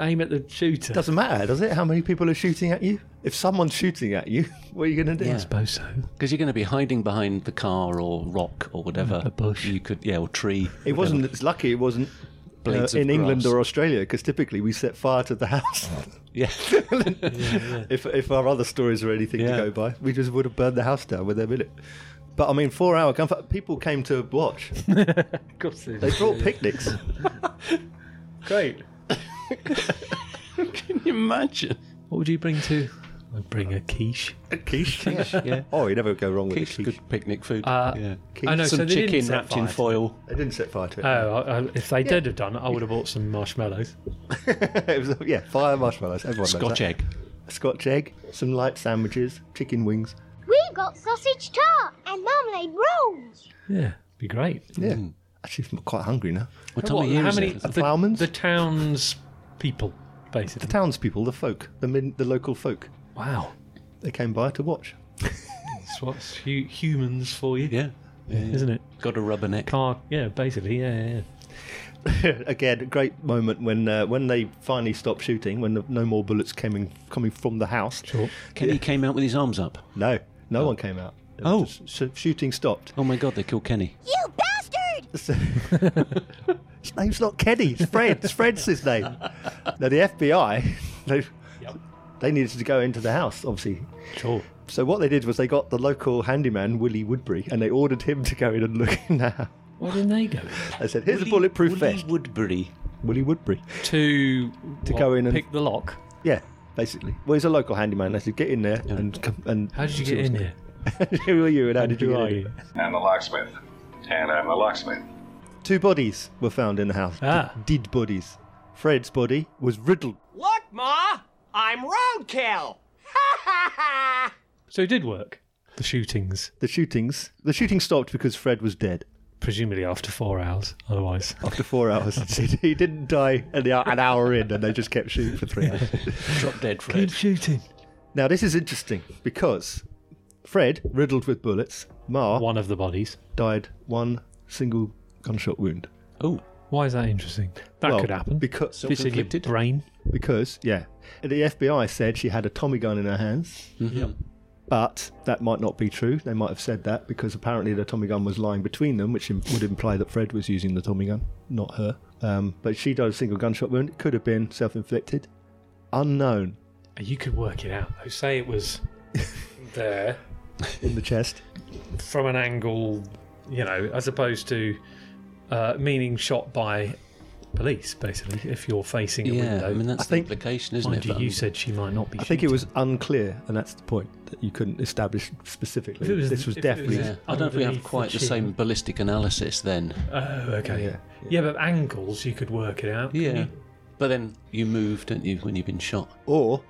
Speaker 2: aim at the shooter.
Speaker 1: Doesn't matter, does it? How many people are shooting at you? If someone's shooting at you, what are you going to do?
Speaker 3: Yeah. I
Speaker 2: suppose so.
Speaker 3: Because you're going to be hiding behind the car or rock or whatever. A bush. You could, yeah, or tree.
Speaker 1: It
Speaker 2: Uh,
Speaker 3: whatever.
Speaker 1: wasn't. It's lucky it wasn't uh,
Speaker 3: Blades of
Speaker 1: in England
Speaker 3: grass.
Speaker 1: or Australia because typically we set fire to the house.
Speaker 3: Yeah.
Speaker 1: If if our other stories are anything to go by, we just would have burned the house down within a minute. But I mean, four hour gunfight. People came to watch.
Speaker 2: Of course
Speaker 1: They brought picnics. Great.
Speaker 3: Can you imagine?
Speaker 2: What would you bring to? I'd bring a quiche.
Speaker 1: A quiche,
Speaker 3: Quiche, yeah.
Speaker 1: Oh, you never go wrong with
Speaker 3: Quiche,
Speaker 1: a quiche.
Speaker 3: good picnic food.
Speaker 2: Uh,
Speaker 3: yeah.
Speaker 2: I know,
Speaker 3: Some
Speaker 2: so they didn't
Speaker 3: chicken
Speaker 2: set
Speaker 3: wrapped
Speaker 2: fire
Speaker 3: in
Speaker 2: to it.
Speaker 3: foil.
Speaker 1: They didn't set fire to
Speaker 3: Ah.
Speaker 1: it.
Speaker 2: Oh, I, I, if they
Speaker 1: Yeah.
Speaker 2: did have done it, I would have bought some marshmallows.
Speaker 1: it was, yeah, fire marshmallows. Everyone knows
Speaker 3: Scotch
Speaker 1: that.
Speaker 3: egg.
Speaker 1: A Scotch egg, some light sandwiches, chicken wings.
Speaker 22: We got sausage tart and marmalade rolls.
Speaker 2: Yeah, be great.
Speaker 3: Mm.
Speaker 1: Yeah. Actually, I'm quite hungry now.
Speaker 3: What time of year
Speaker 2: how
Speaker 3: is
Speaker 2: many
Speaker 3: it?
Speaker 2: the,
Speaker 1: The ploughmans?
Speaker 2: The town's people, basically.
Speaker 1: The townspeople, the folk, the min, the local folk.
Speaker 2: Wow.
Speaker 1: They came by to watch.
Speaker 2: That's what's hu- humans for you.
Speaker 3: Yeah.
Speaker 2: Isn't it?
Speaker 3: Got a rubber neck.
Speaker 2: Car, yeah, basically, yeah, yeah. yeah.
Speaker 1: Again, a great moment when uh, when they finally stopped shooting, when the, no more bullets came in, coming from the house.
Speaker 2: Sure.
Speaker 3: Kenny came out with his arms up.
Speaker 1: No, no one came out. It was
Speaker 3: Oh.
Speaker 1: just- so shooting stopped.
Speaker 3: Oh my god, they killed Kenny.
Speaker 22: You bastard!
Speaker 1: His name's not Kenny. It's Fred. It's Fred's his name. Now the FBI, they they needed to go into the house, obviously.
Speaker 2: Sure.
Speaker 1: So what they did was they got the local handyman Willie Woodbury, and they ordered him to go in and look in the house.
Speaker 2: Why didn't they go?
Speaker 1: They said, "Here's a bulletproof vest."
Speaker 3: Woodbury.
Speaker 1: Willie Woodbury.
Speaker 2: To
Speaker 1: To go in and-
Speaker 2: pick the lock.
Speaker 1: Yeah, basically. Well, he's a local handyman. They said, "Get in there and come and."
Speaker 2: How did you get in here?
Speaker 1: Who are you and how did you
Speaker 2: who
Speaker 1: get
Speaker 2: are
Speaker 1: in?
Speaker 2: you?
Speaker 7: I'm a locksmith. And I'm a locksmith.
Speaker 1: Two bodies were found in the house.
Speaker 2: Ah.
Speaker 1: D- dead bodies. Fred's body was riddled.
Speaker 23: Look, Ma, I'm roadkill.
Speaker 2: So it did work. The shootings,
Speaker 1: The shootings. The shooting stopped because Fred was dead.
Speaker 2: presumably after four hours, otherwise.
Speaker 1: After four hours, he didn't die an hour, an hour in, and they just kept shooting for three hours.
Speaker 3: Drop dead Fred.
Speaker 2: shooting.
Speaker 1: Now this is interesting because Fred, riddled with bullets, Ma,
Speaker 2: One of the bodies.
Speaker 1: died one single gunshot wound.
Speaker 3: Oh.
Speaker 2: Why is that interesting? That
Speaker 1: Well,
Speaker 2: could happen.
Speaker 1: because
Speaker 2: If it's in your brain.
Speaker 1: Because, yeah. The FBI said she had a Tommy gun in her hands,
Speaker 2: Mm-hmm.
Speaker 1: but that might not be true. They might have said that because apparently the Tommy gun was lying between them, which im- would imply that Fred was using the Tommy gun, not her. Um, but she died of a single gunshot wound. It could have been self inflicted. Unknown
Speaker 2: You could work it out. though. Say it was there
Speaker 1: in the chest.
Speaker 2: from an angle, you know, as opposed to uh, meaning shot by police, basically, if you're facing a
Speaker 3: Yeah,
Speaker 2: window.
Speaker 3: I mean, that's
Speaker 1: I think-
Speaker 3: the implication, isn't
Speaker 2: Mind
Speaker 3: it?
Speaker 2: you,
Speaker 3: But,
Speaker 2: you
Speaker 3: um,
Speaker 2: said she might not be
Speaker 1: I think it was unclear, and that's the point that you couldn't establish
Speaker 2: If
Speaker 1: specifically.
Speaker 2: it was-
Speaker 1: this was
Speaker 2: if it was-
Speaker 1: definitely.
Speaker 3: yeah. I don't think we have
Speaker 2: underneath
Speaker 3: quite
Speaker 2: the
Speaker 3: the same
Speaker 2: chin.
Speaker 3: ballistic analysis then.
Speaker 2: Oh, okay. Yeah,
Speaker 1: Yeah,
Speaker 2: but angles, you could work it out. couldn't
Speaker 3: Yeah.
Speaker 2: you?
Speaker 3: But then you move, don't you, when you've been shot?
Speaker 1: Or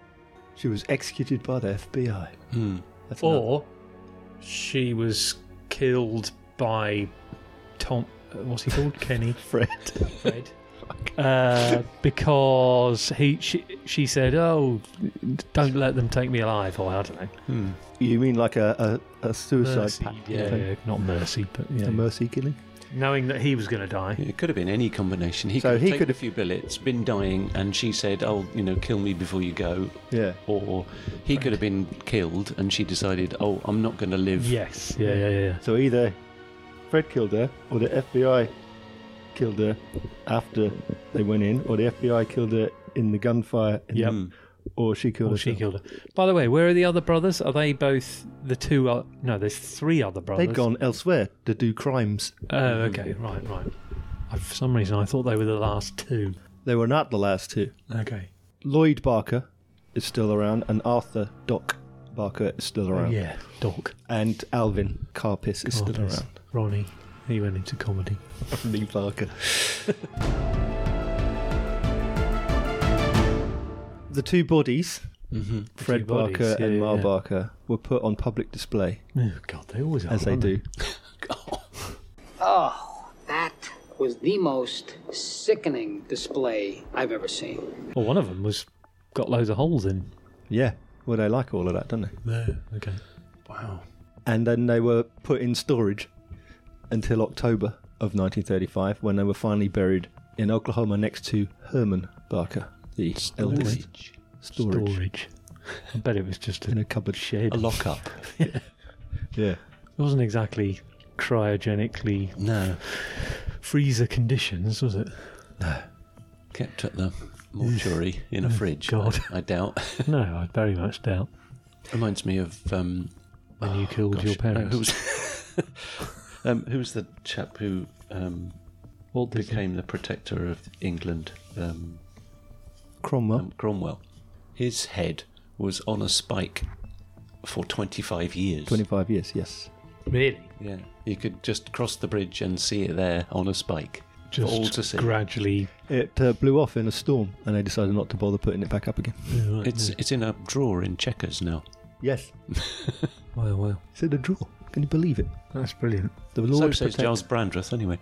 Speaker 1: she was executed by the FBI.
Speaker 3: Hmm.
Speaker 1: That's another-
Speaker 2: Or she was killed by Tom. uh, what's he called? Kenny.
Speaker 1: Fred.
Speaker 2: Fred. Uh, because he she, she said, "Oh, don't let them take me alive," or I don't know.
Speaker 1: You mean like a, a, a suicide
Speaker 2: Mercy,
Speaker 1: pact?
Speaker 2: yeah,
Speaker 1: thing?
Speaker 2: yeah, not mercy, but yeah.
Speaker 1: A mercy killing?
Speaker 2: Knowing that he was going to die.
Speaker 3: It could have been any combination. He
Speaker 1: So
Speaker 3: could have
Speaker 1: he
Speaker 3: taken
Speaker 1: could
Speaker 3: a few billets, been dying, and she said, "Oh, you know, kill me before you go."
Speaker 1: Yeah.
Speaker 3: Or he could have been killed, and she decided, "Oh, I'm not going to live."
Speaker 2: Yes. Yeah, yeah, yeah.
Speaker 1: So either Fred killed her, or the FBI killed her after they went in, or the FBI killed her in the gunfire. in
Speaker 2: Yep.
Speaker 1: the- Or she killed
Speaker 2: Or
Speaker 1: her.
Speaker 2: she killed her. By the way, where are the other brothers? Are they both the two? o- no, there's three other brothers.
Speaker 1: They'd gone Mm-hmm. elsewhere to do crimes.
Speaker 2: Oh, okay, right, right. I, for some reason, I thought they were the last two.
Speaker 1: They were not the last two.
Speaker 2: Okay.
Speaker 1: Lloyd Barker is still around, and Arthur Doc Barker is still around.
Speaker 2: Oh, yeah, Doc.
Speaker 1: And Alvin Carpis is still
Speaker 2: Carpus,
Speaker 1: around.
Speaker 2: Ronnie, he went into comedy.
Speaker 1: Lee Barker. the two bodies,
Speaker 2: Mhm. The
Speaker 1: Fred
Speaker 2: two
Speaker 1: Barker
Speaker 2: bodies,
Speaker 1: and
Speaker 2: yeah,
Speaker 1: Mar
Speaker 2: yeah.
Speaker 1: Barker, were put on public display.
Speaker 2: Oh, God, they always are.
Speaker 1: As they
Speaker 2: aren't
Speaker 1: do.
Speaker 4: Oh, that was the most sickening display I've ever seen.
Speaker 2: Well, one of them was got loads of holes in.
Speaker 1: Yeah. Well, they like all of that, don't they?
Speaker 2: No. Okay. Wow.
Speaker 1: And then they were put in storage until October of 1935 when they were finally buried in Oklahoma next to Herman Barker, the eldest. Storage.
Speaker 2: Storage. I bet it was just
Speaker 1: in a cupboard
Speaker 2: shed.
Speaker 3: A lockup.
Speaker 2: yeah.
Speaker 1: Yeah.
Speaker 2: It wasn't exactly cryogenically
Speaker 3: no
Speaker 2: freezer conditions, was it?
Speaker 3: Kept at the mortuary in a
Speaker 2: Oh,
Speaker 3: fridge.
Speaker 2: God.
Speaker 3: I, I doubt.
Speaker 2: No, I very much doubt.
Speaker 3: Reminds me of um, uh,
Speaker 2: when you killed your parents.
Speaker 3: who was um, who was the chap who um, became the protector of England? Um,
Speaker 1: Cromwell.
Speaker 3: um, Cromwell. His head was on a spike for 25 years.
Speaker 1: 25 years, yes.
Speaker 2: Really?
Speaker 3: Yeah. You could just cross the bridge and see it there on a spike. for all to see.
Speaker 2: gradually.
Speaker 1: It uh, blew off in a storm and they decided not to bother putting it back up again.
Speaker 3: It's it's in a drawer in Checkers now.
Speaker 1: Yes.
Speaker 2: Wow, wow.
Speaker 1: It's in a drawer. Can you believe it?
Speaker 2: That's brilliant.
Speaker 1: The
Speaker 3: so
Speaker 1: Lord
Speaker 3: says
Speaker 1: protect-
Speaker 3: Giles Brandreth, anyway.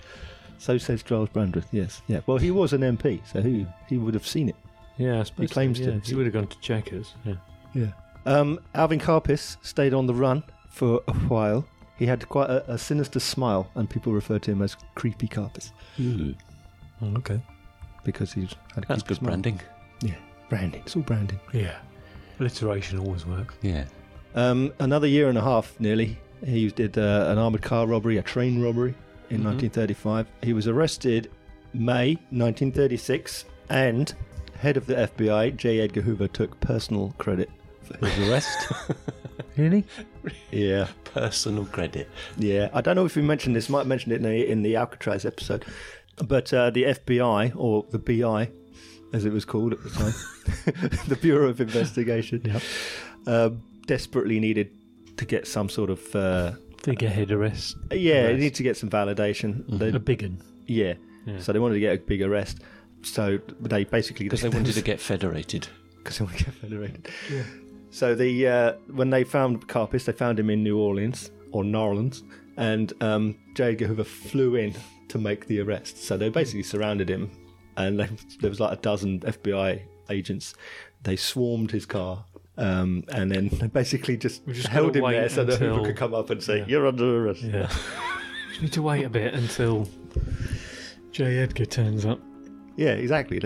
Speaker 1: So says Giles Brandreth, yes. Yeah. Well, he was an MP, so he, he would have seen it.
Speaker 2: Yeah, I suppose.
Speaker 1: He claims
Speaker 2: so,
Speaker 1: to
Speaker 2: yeah.
Speaker 1: have
Speaker 2: He would have gone to checkers. Yeah.
Speaker 1: Yeah. Um, Alvin Carpis stayed on the run for a while. He had quite a, a sinister smile, and people referred to him as Creepy Carpus
Speaker 2: Oh, okay.
Speaker 1: because he had a
Speaker 3: That's
Speaker 1: creepy
Speaker 3: good
Speaker 1: smile.
Speaker 3: branding.
Speaker 1: Yeah, branding. It's all branding.
Speaker 2: Yeah. Alliteration always works.
Speaker 3: Yeah.
Speaker 1: Um, another year and a half, nearly. He did uh, an armored car robbery, a train robbery in
Speaker 3: Mm-hmm.
Speaker 1: 1935. He was arrested May 1936, and head of the FBI, J. Edgar Hoover, took personal credit for his arrest.
Speaker 2: Really?
Speaker 1: yeah.
Speaker 3: Personal credit.
Speaker 1: Yeah, I don't know if we mentioned this. Might have mentioned it in the, in the Alcatraz episode, but uh, the FBI or the BI, as it was called at the time, the Bureau of Investigation, uh, desperately needed to get some sort of uh,
Speaker 2: Figurehead arrest.
Speaker 1: yeah, they
Speaker 2: Arrest.
Speaker 1: need to get some validation. They-
Speaker 2: A
Speaker 3: Mm-hmm.
Speaker 2: big un.
Speaker 1: yeah.
Speaker 2: Yeah.
Speaker 1: so they wanted to get a big arrest. So they basically
Speaker 3: Because they wanted to get federated.
Speaker 1: because they want to get federated. So the uh, when they found Carpus, they found him in New Orleans or Narlands, and um, J. Edgar Hoover flew in to make the arrest. So they basically surrounded him, and they, there was like a dozen FBI agents. They swarmed his car, um, and then they basically just,
Speaker 2: just
Speaker 1: held
Speaker 2: gotta
Speaker 1: him there
Speaker 2: wait
Speaker 1: so that Hoover
Speaker 2: until-
Speaker 1: could come up and say,
Speaker 2: Yeah.
Speaker 1: "You're under arrest."
Speaker 2: Yeah. Just need to wait a bit until J. Edgar turns up.
Speaker 1: Yeah, exactly.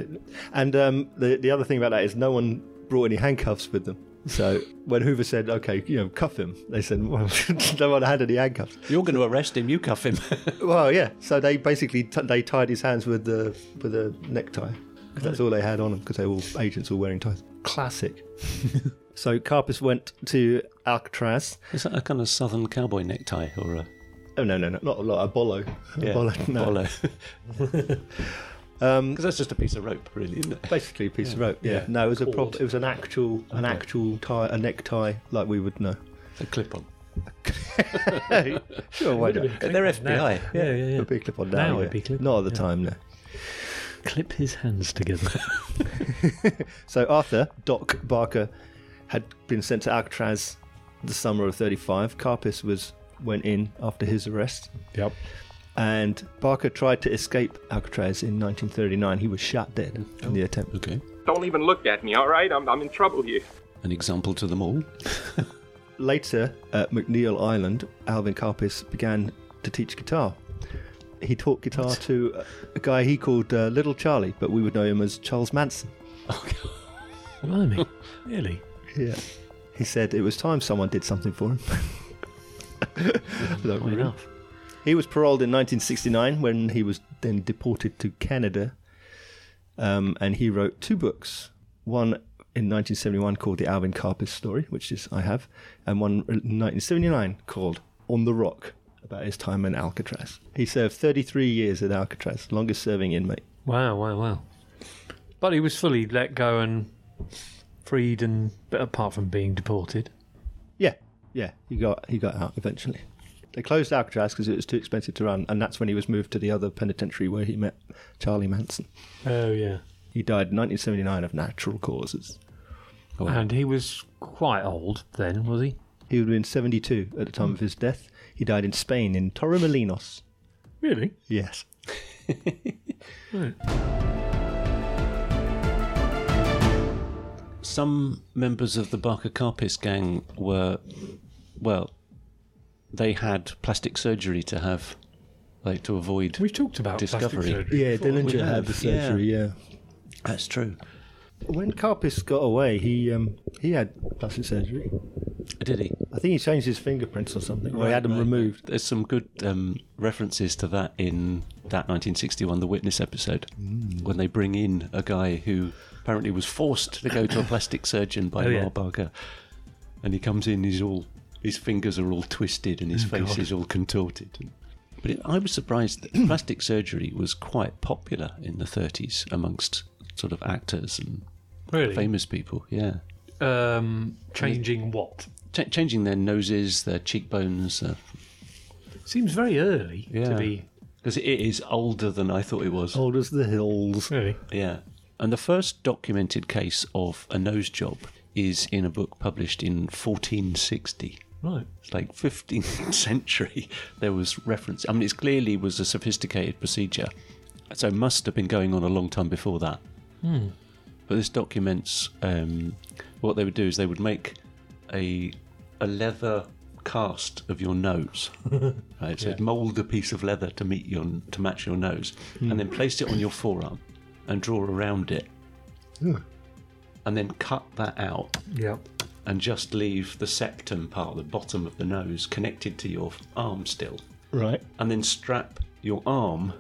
Speaker 1: And um, the the other thing about that is no one brought any handcuffs with them. So when Hoover said, "Okay, you know, cuff him," they said, "Well, no one had any handcuffs."
Speaker 3: You're going to arrest him. You cuff him.
Speaker 1: Well, yeah. So they basically t- they tied his hands with the with a necktie. 'Cause That's all they had on them because they were all agents all wearing ties. Classic. so Carpus went to Alcatraz.
Speaker 3: Is that a kind of southern cowboy necktie or a
Speaker 1: Oh no, no, no, not a lot. A bolo. A
Speaker 3: yeah,
Speaker 1: bolo. No.
Speaker 3: bolo?
Speaker 1: Um,
Speaker 3: Because that's just a piece of rope, really, isn't it?
Speaker 1: basically a piece of rope. Yeah.
Speaker 3: Yeah.
Speaker 1: No, it was a
Speaker 3: Cord.
Speaker 1: prop. It was an actual, an
Speaker 3: Okay.
Speaker 1: actual tie, a necktie like we would know.
Speaker 3: A clip on.
Speaker 1: sure, why not?
Speaker 3: They're FBI.
Speaker 2: Yeah, yeah, yeah.
Speaker 1: A big clip on now.
Speaker 2: Now it'd
Speaker 1: yeah.
Speaker 2: be clip
Speaker 1: not
Speaker 2: on,
Speaker 1: at the
Speaker 2: yeah.
Speaker 1: time, no.
Speaker 2: Clip his hands together.
Speaker 1: So Arthur Doc Barker had been sent to Alcatraz the summer of '35. Carpus was went in after his arrest.
Speaker 2: yep.
Speaker 1: And Barker tried to escape Alcatraz in 1939. He was shot dead in
Speaker 2: Oh.
Speaker 1: the attempt.
Speaker 3: Okay.
Speaker 5: Don't even look at me, all right? I'm, I'm in trouble here.
Speaker 3: An example to them all.
Speaker 1: Later, at McNeil Island, Alvin Karpis began to teach guitar. He taught guitar to a guy he called uh, Little Charlie, but we would know him as Charles Manson.
Speaker 2: Blimey. really?
Speaker 1: Yeah. He said it was time someone did something for him. Look,
Speaker 2: enough.
Speaker 1: He was paroled in 1969 when he was then deported to Canada. Um, and he wrote two books. One in 1971 called The Alvin Karpis Story, which is I have, and one in 1979 called On the Rock, about his time in Alcatraz. He served 33 years at Alcatraz, longest serving inmate.
Speaker 2: Wow, wow, wow. But he was fully let go and freed, and but apart from being deported.
Speaker 1: Yeah, yeah, he got he got out eventually. They closed Alcatraz because it was too expensive to run, and that's when he was moved to the other penitentiary where he met Charlie Manson.
Speaker 2: Oh, yeah.
Speaker 1: He died in 1979 of natural causes.
Speaker 2: And he was quite old then, was he?
Speaker 1: He would have been 72 at the time of his death. He died in Spain in Torremolinos.
Speaker 2: Really?
Speaker 1: Yes.
Speaker 3: Some members of the Barker Carpis gang were, well, they had plastic surgery to have, like to avoid.
Speaker 2: We've talked about plastic
Speaker 3: discovery.
Speaker 2: surgery Yeah, before. Dillinger
Speaker 1: We
Speaker 2: had
Speaker 1: have,
Speaker 2: the surgery,
Speaker 1: yeah.
Speaker 3: That's true.
Speaker 1: When Carpis got away, he um, he had plastic surgery.
Speaker 3: Did he?
Speaker 1: I think he changed his fingerprints or something. Or he
Speaker 3: Right,
Speaker 1: had them
Speaker 3: right.
Speaker 1: removed.
Speaker 3: There's some good um, references to that in that 1961 The Witness episode
Speaker 2: Mm.
Speaker 3: when they bring in a guy who apparently was forced to go to a plastic surgeon by
Speaker 2: Oh,
Speaker 3: Mar
Speaker 2: yeah.
Speaker 3: Barker, and he comes in, he's all his fingers are all twisted and his
Speaker 2: Oh,
Speaker 3: face
Speaker 2: God.
Speaker 3: is all contorted. But it, I was surprised that plastic surgery was quite popular in the 30s amongst sort of actors and
Speaker 2: Really?
Speaker 3: famous people. Yeah.
Speaker 2: Um, changing what?
Speaker 3: Ch- changing their noses, their cheekbones, uh, their
Speaker 2: Seems very early to be. Oh.
Speaker 3: because it is older than I thought it was.
Speaker 1: Old as the hills.
Speaker 2: Really?
Speaker 3: Yeah. And the first documented case of a nose job is in a book published in 1460.
Speaker 2: Right.
Speaker 3: It's like 15th century. There was reference. I mean, it clearly was a sophisticated procedure, so it must have been going on a long time before that.
Speaker 2: Hmm.
Speaker 3: But this documents um, what they would do is they would make a a leather cast of your nose. Right, so
Speaker 2: Yeah.
Speaker 3: it'd mould a piece of leather to meet your to match your nose,
Speaker 2: Hmm.
Speaker 3: and then place it on your forearm and draw around it,
Speaker 2: Yeah.
Speaker 3: and then cut that out
Speaker 2: Yeah.
Speaker 3: and just leave the septum part, the bottom of the nose, connected to your arm still,
Speaker 1: Right.
Speaker 3: and then strap your arm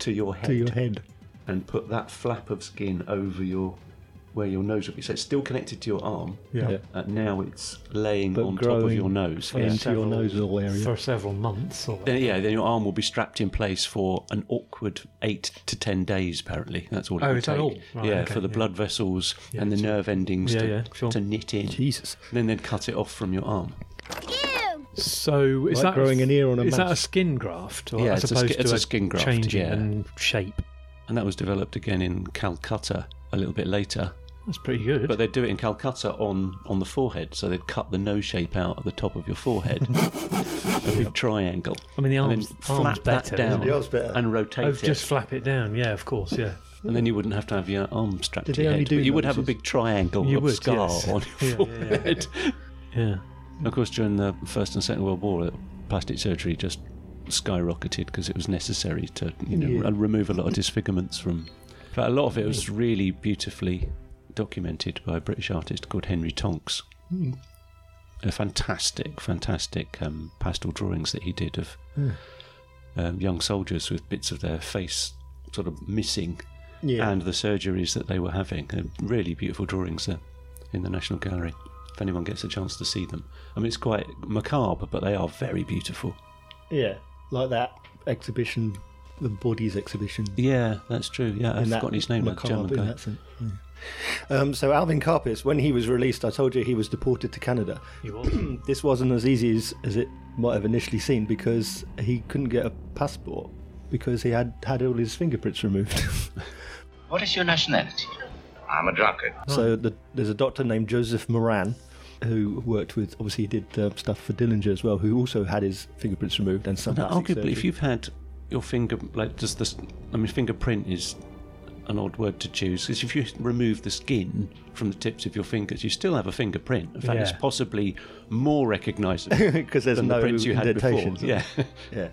Speaker 3: to your head
Speaker 1: To your head.
Speaker 3: and put that flap of skin over your where your nose would be. So it's still connected to your arm.
Speaker 2: Yeah. Yeah.
Speaker 3: And now it's laying
Speaker 1: But
Speaker 3: on top of
Speaker 1: growing
Speaker 3: your nose.
Speaker 1: into your Several- nasal area.
Speaker 2: For several months. Or
Speaker 3: Then, yeah, then your arm will be strapped in place for an awkward eight to ten days. Apparently, that's all. It
Speaker 2: Oh,
Speaker 3: will
Speaker 2: is that
Speaker 3: take.
Speaker 2: all? Right,
Speaker 3: yeah,
Speaker 2: okay,
Speaker 3: for the
Speaker 2: yeah.
Speaker 3: blood vessels
Speaker 2: Yeah,
Speaker 3: and the
Speaker 2: sure.
Speaker 3: nerve endings
Speaker 2: Yeah,
Speaker 3: to,
Speaker 2: yeah, sure.
Speaker 3: to knit in.
Speaker 1: Jesus.
Speaker 3: Then they'd cut it off from your arm.
Speaker 2: So is
Speaker 1: Like
Speaker 2: that
Speaker 1: growing an ear on a
Speaker 2: Is that a
Speaker 1: mouse.
Speaker 2: skin graft? Or
Speaker 3: yeah,
Speaker 2: as
Speaker 3: it's, a,
Speaker 2: opposed
Speaker 3: sk- it's
Speaker 2: to
Speaker 3: a skin graft.
Speaker 2: Changing
Speaker 3: yeah.
Speaker 2: in shape.
Speaker 3: And that was developed again in Calcutta a little bit later.
Speaker 2: That's pretty good.
Speaker 3: But they'd do it in Calcutta on, on the forehead, so they'd cut the nose shape out at the top of your forehead, a big triangle.
Speaker 2: I mean, the
Speaker 3: and
Speaker 2: arms,
Speaker 3: then flap
Speaker 2: arms
Speaker 3: that
Speaker 2: better.
Speaker 3: down
Speaker 2: isn't it?
Speaker 3: and rotate
Speaker 2: Oh,
Speaker 3: it.
Speaker 2: Just flap it down. Yeah, of course. Yeah.
Speaker 3: and then you wouldn't have to have your arm strapped
Speaker 2: Did
Speaker 3: to
Speaker 2: they
Speaker 3: your
Speaker 2: only
Speaker 3: head.
Speaker 2: do
Speaker 3: but you would have a
Speaker 2: noses?
Speaker 3: big triangle
Speaker 2: You
Speaker 3: of
Speaker 2: would,
Speaker 3: scar
Speaker 2: yes.
Speaker 3: on your
Speaker 2: Yeah, yeah, yeah.
Speaker 3: forehead.
Speaker 2: Yeah.
Speaker 3: Of course, during the First and Second World War, uh, plastic surgery just skyrocketed because it was necessary to you know,
Speaker 2: Yeah.
Speaker 3: r- remove a lot of disfigurements from. But a lot of it was really beautifully documented by a British artist called Henry Tonks.
Speaker 1: Hmm.
Speaker 3: A fantastic, fantastic um, pastel drawings that he did of
Speaker 1: Yeah.
Speaker 3: um, young soldiers with bits of their face sort of missing
Speaker 1: Yeah.
Speaker 3: and the surgeries that they were having. They're really beautiful drawings there in the National Gallery. If anyone gets a chance to see them, I mean, it's quite macabre, but they are very beautiful.
Speaker 1: Yeah. Like that exhibition, the bodies exhibition.
Speaker 3: Yeah, that's true. Yeah, I've
Speaker 1: In that
Speaker 3: forgotten his name. That
Speaker 1: macabre,
Speaker 3: German
Speaker 1: in
Speaker 3: guy.
Speaker 1: that sense, yeah. Um, so Alvin Karpis, when he was released, I told you he was deported to Canada.
Speaker 2: He
Speaker 1: was. this wasn't as easy as, as it might have initially seemed because he couldn't get a passport because he had had all his fingerprints removed.
Speaker 6: What is your nationality? I'm a drunkard.
Speaker 1: So the, there's a doctor named Joseph Moran who worked with, obviously he did uh, stuff for Dillinger as well, who also had his fingerprints removed and some
Speaker 3: Now,
Speaker 1: plastic
Speaker 3: arguably, if
Speaker 1: surgery.
Speaker 3: you've had your finger like does this? I mean, fingerprint is an odd word to choose because if you remove the skin from the tips of your fingers, you still have a fingerprint. In fact, it's
Speaker 1: Yeah.
Speaker 3: possibly more recognisable
Speaker 1: 'Cause there's
Speaker 3: than
Speaker 1: no
Speaker 3: the prints you had before.
Speaker 1: indentations.
Speaker 3: Yeah,
Speaker 1: yeah.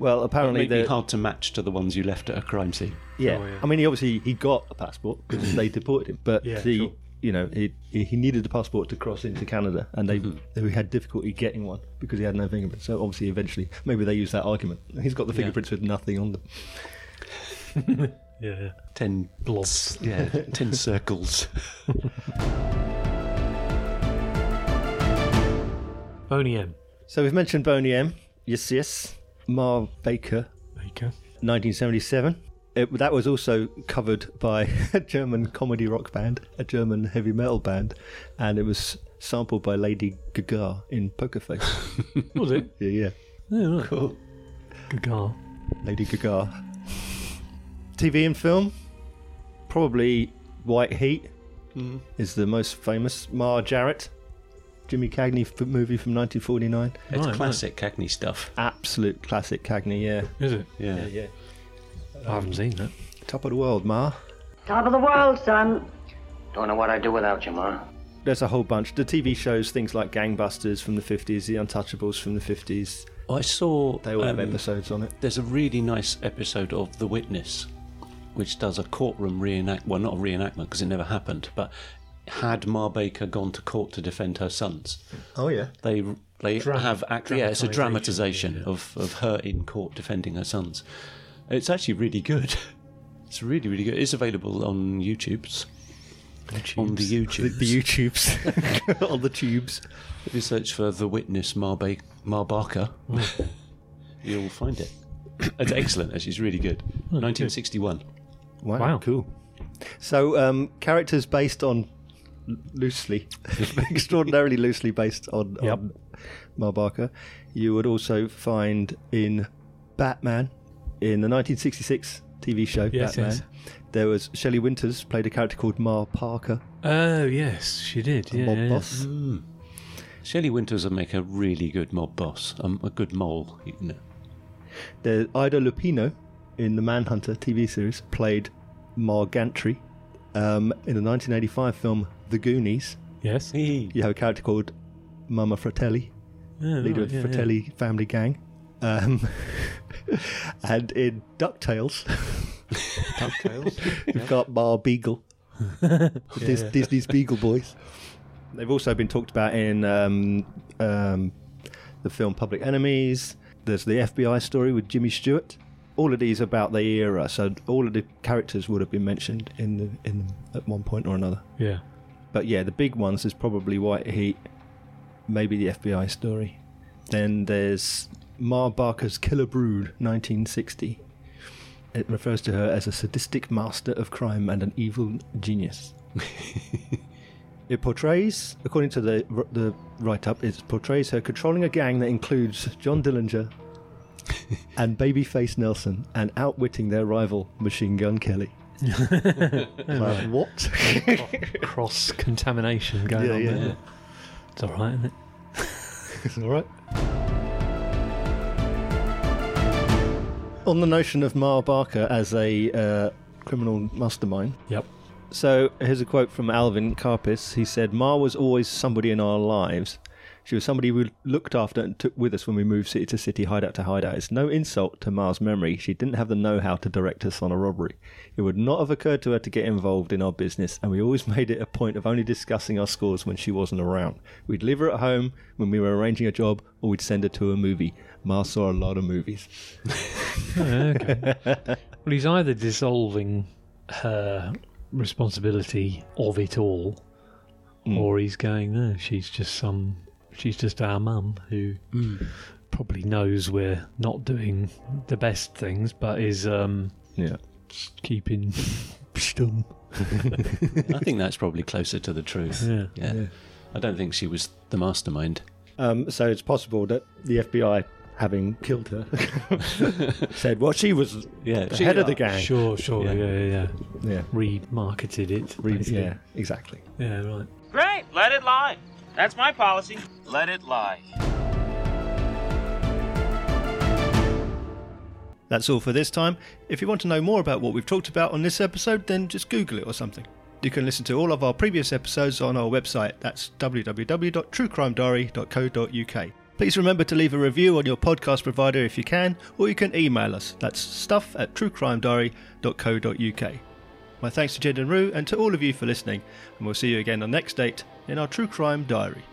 Speaker 1: Well, apparently
Speaker 3: it may be
Speaker 1: the
Speaker 3: hard to match to the ones you left at a crime scene.
Speaker 1: Yeah. I mean, he obviously he got a passport because they deported him, but
Speaker 3: Yeah,
Speaker 1: the
Speaker 3: sure.
Speaker 1: you know he he needed a passport to cross into Canada, and they
Speaker 3: Mm-hmm.
Speaker 1: they had difficulty getting one because he had no fingerprints. So obviously, eventually, maybe they used that argument. He's got the
Speaker 3: Yeah.
Speaker 1: fingerprints with nothing on them.
Speaker 2: Yeah, yeah.
Speaker 3: Ten blobs. Yeah, ten circles.
Speaker 2: Boney M.
Speaker 1: So we've mentioned Boney M. Yes, yes. Marv Baker.
Speaker 2: Baker.
Speaker 1: 1977. It, that was also covered by a German comedy rock band, a German heavy metal band, and it was sampled by Lady Gaga in Poker Face.
Speaker 2: Was it?
Speaker 1: Yeah, yeah.
Speaker 2: Yeah, right.
Speaker 1: Cool.
Speaker 2: Gaga.
Speaker 1: Lady Gaga. TV and film, probably White Heat
Speaker 3: Mhm.
Speaker 1: is the most famous. Mar Jarrett, Jimmy Cagney f- movie from 1949.
Speaker 3: It's Right, classic Cagney stuff.
Speaker 1: Absolute classic Cagney, yeah.
Speaker 2: Is it?
Speaker 1: Yeah,
Speaker 3: Yeah.
Speaker 1: yeah.
Speaker 2: I haven't seen that.
Speaker 1: Top of the world, Ma.
Speaker 8: Top of the world, son.
Speaker 6: Don't know what I'd do without you, Ma.
Speaker 1: There's a whole bunch. The TV shows, things like Gangbusters from the 50s, The Untouchables from the 50s.
Speaker 3: I saw.
Speaker 1: They all have
Speaker 3: um,
Speaker 1: episodes on it.
Speaker 3: There's a really nice episode of The Witness, which does a courtroom reenact. Well, not a reenactment because it never happened, but had Mar Baker gone to court to defend her sons,
Speaker 1: Oh, yeah.
Speaker 3: they they have act- yeah, it's a
Speaker 1: dramatisation,
Speaker 3: dramatization of of her in court defending her sons. It's actually really good. It's really really good. It's available on YouTube's. On the YouTubes.
Speaker 1: The YouTubes. on the tubes.
Speaker 3: If you search for The Witness Mar, ba- Mar Barker, you'll find it. It's excellent, actually. It's really good. 1961.
Speaker 1: Wow, cool. So, um, characters based on loosely, extraordinarily loosely based on, on Mar Barker, you would also find in Batman, in the 1966 TV show
Speaker 2: Yes,
Speaker 1: Batman.
Speaker 2: yes.
Speaker 1: There was Shelley Winters played a character called Mar Parker,
Speaker 2: Oh yes, she did.
Speaker 1: a
Speaker 2: Yeah,
Speaker 1: mob
Speaker 2: yeah, yeah.
Speaker 1: boss.
Speaker 3: Shelley Winters would make a really good mob boss, um, a good mole. You know.
Speaker 1: The Ida Lupino in the Manhunter TV series played Mar Gantry. Um, in the 1985 film The Goonies,
Speaker 2: yes,
Speaker 1: you have a character called Mama Fratelli,
Speaker 2: Oh,
Speaker 1: leader
Speaker 2: right,
Speaker 1: of
Speaker 2: yeah, yeah.
Speaker 1: Fratelli family gang. Um, and in Ducktales, you've got Mar Beagle, Dis-
Speaker 2: yeah.
Speaker 1: Disney's Beagle Boys. They've also been talked about in um, um, the film Public Enemies. There's the FBI story with Jimmy Stewart. All of these about the era, so all of the characters would have been mentioned in the, in at one point or another.
Speaker 2: Yeah.
Speaker 1: But yeah, the big ones is probably White Heat, maybe the FBI story. Then there's Mar Barker's Killer Brood, 1960. It refers to her as a sadistic master of crime and an evil genius. it portrays, according to the the write up, it portrays her controlling a gang that includes John Dillinger and Babyface Nelson and outwitting their rival Machine Gun Kelly. Like, what?
Speaker 2: Cross contamination going
Speaker 1: Yeah,
Speaker 2: on
Speaker 1: yeah.
Speaker 2: there.
Speaker 1: Yeah.
Speaker 2: It's all right, isn't it?
Speaker 1: it's all right. On the notion of Mar Barker as a uh, criminal mastermind.
Speaker 2: Yep.
Speaker 1: So here's a quote from Alvin Karpis. He said, "Mar was always somebody in our lives. She was somebody we looked after and took with us when we moved city to city, hideout to hideout. It's no insult to Mar's memory. She didn't have the know-how to direct us on a robbery. It would not have occurred to her to get involved in our business, and we always made it a point of only discussing our scores when she wasn't around. We'd leave her at home when we were arranging a job, or we'd send her to a movie. Mar saw a lot of movies.
Speaker 2: Oh, okay. well, he's either dissolving her responsibility of it all, or he's going, no, she's just some, she's just our mum who probably knows we're not doing the best things, but is um,
Speaker 1: yeah,
Speaker 2: keeping stum.
Speaker 3: I think that's probably closer to the truth.
Speaker 2: Yeah.
Speaker 1: Yeah.
Speaker 3: I don't think she was the mastermind.
Speaker 1: Um, so it's possible that the FBI, having killed her, said, "Well, she was
Speaker 3: Yeah,
Speaker 1: the
Speaker 3: she-
Speaker 1: head of the gang."
Speaker 2: Sure, sure, yeah, yeah, yeah.
Speaker 1: Yeah.
Speaker 2: Remarketed it. basically.
Speaker 1: yeah, exactly.
Speaker 2: Yeah, right.
Speaker 9: Great, let it lie. That's my policy. Let it lie.
Speaker 1: That's all for this time. If you want to know more about what we've talked about on this episode, then just Google it or something. You can listen to all of our previous episodes on our website. That's www.truecrimediary.co.uk. Please remember to leave a review on your podcast provider if you can, or you can email us. That's stuff at truecrimediary.co.uk. My thanks to Jed and Rue and to all of you for listening, and we'll see you again on next date in our True Crime Diary.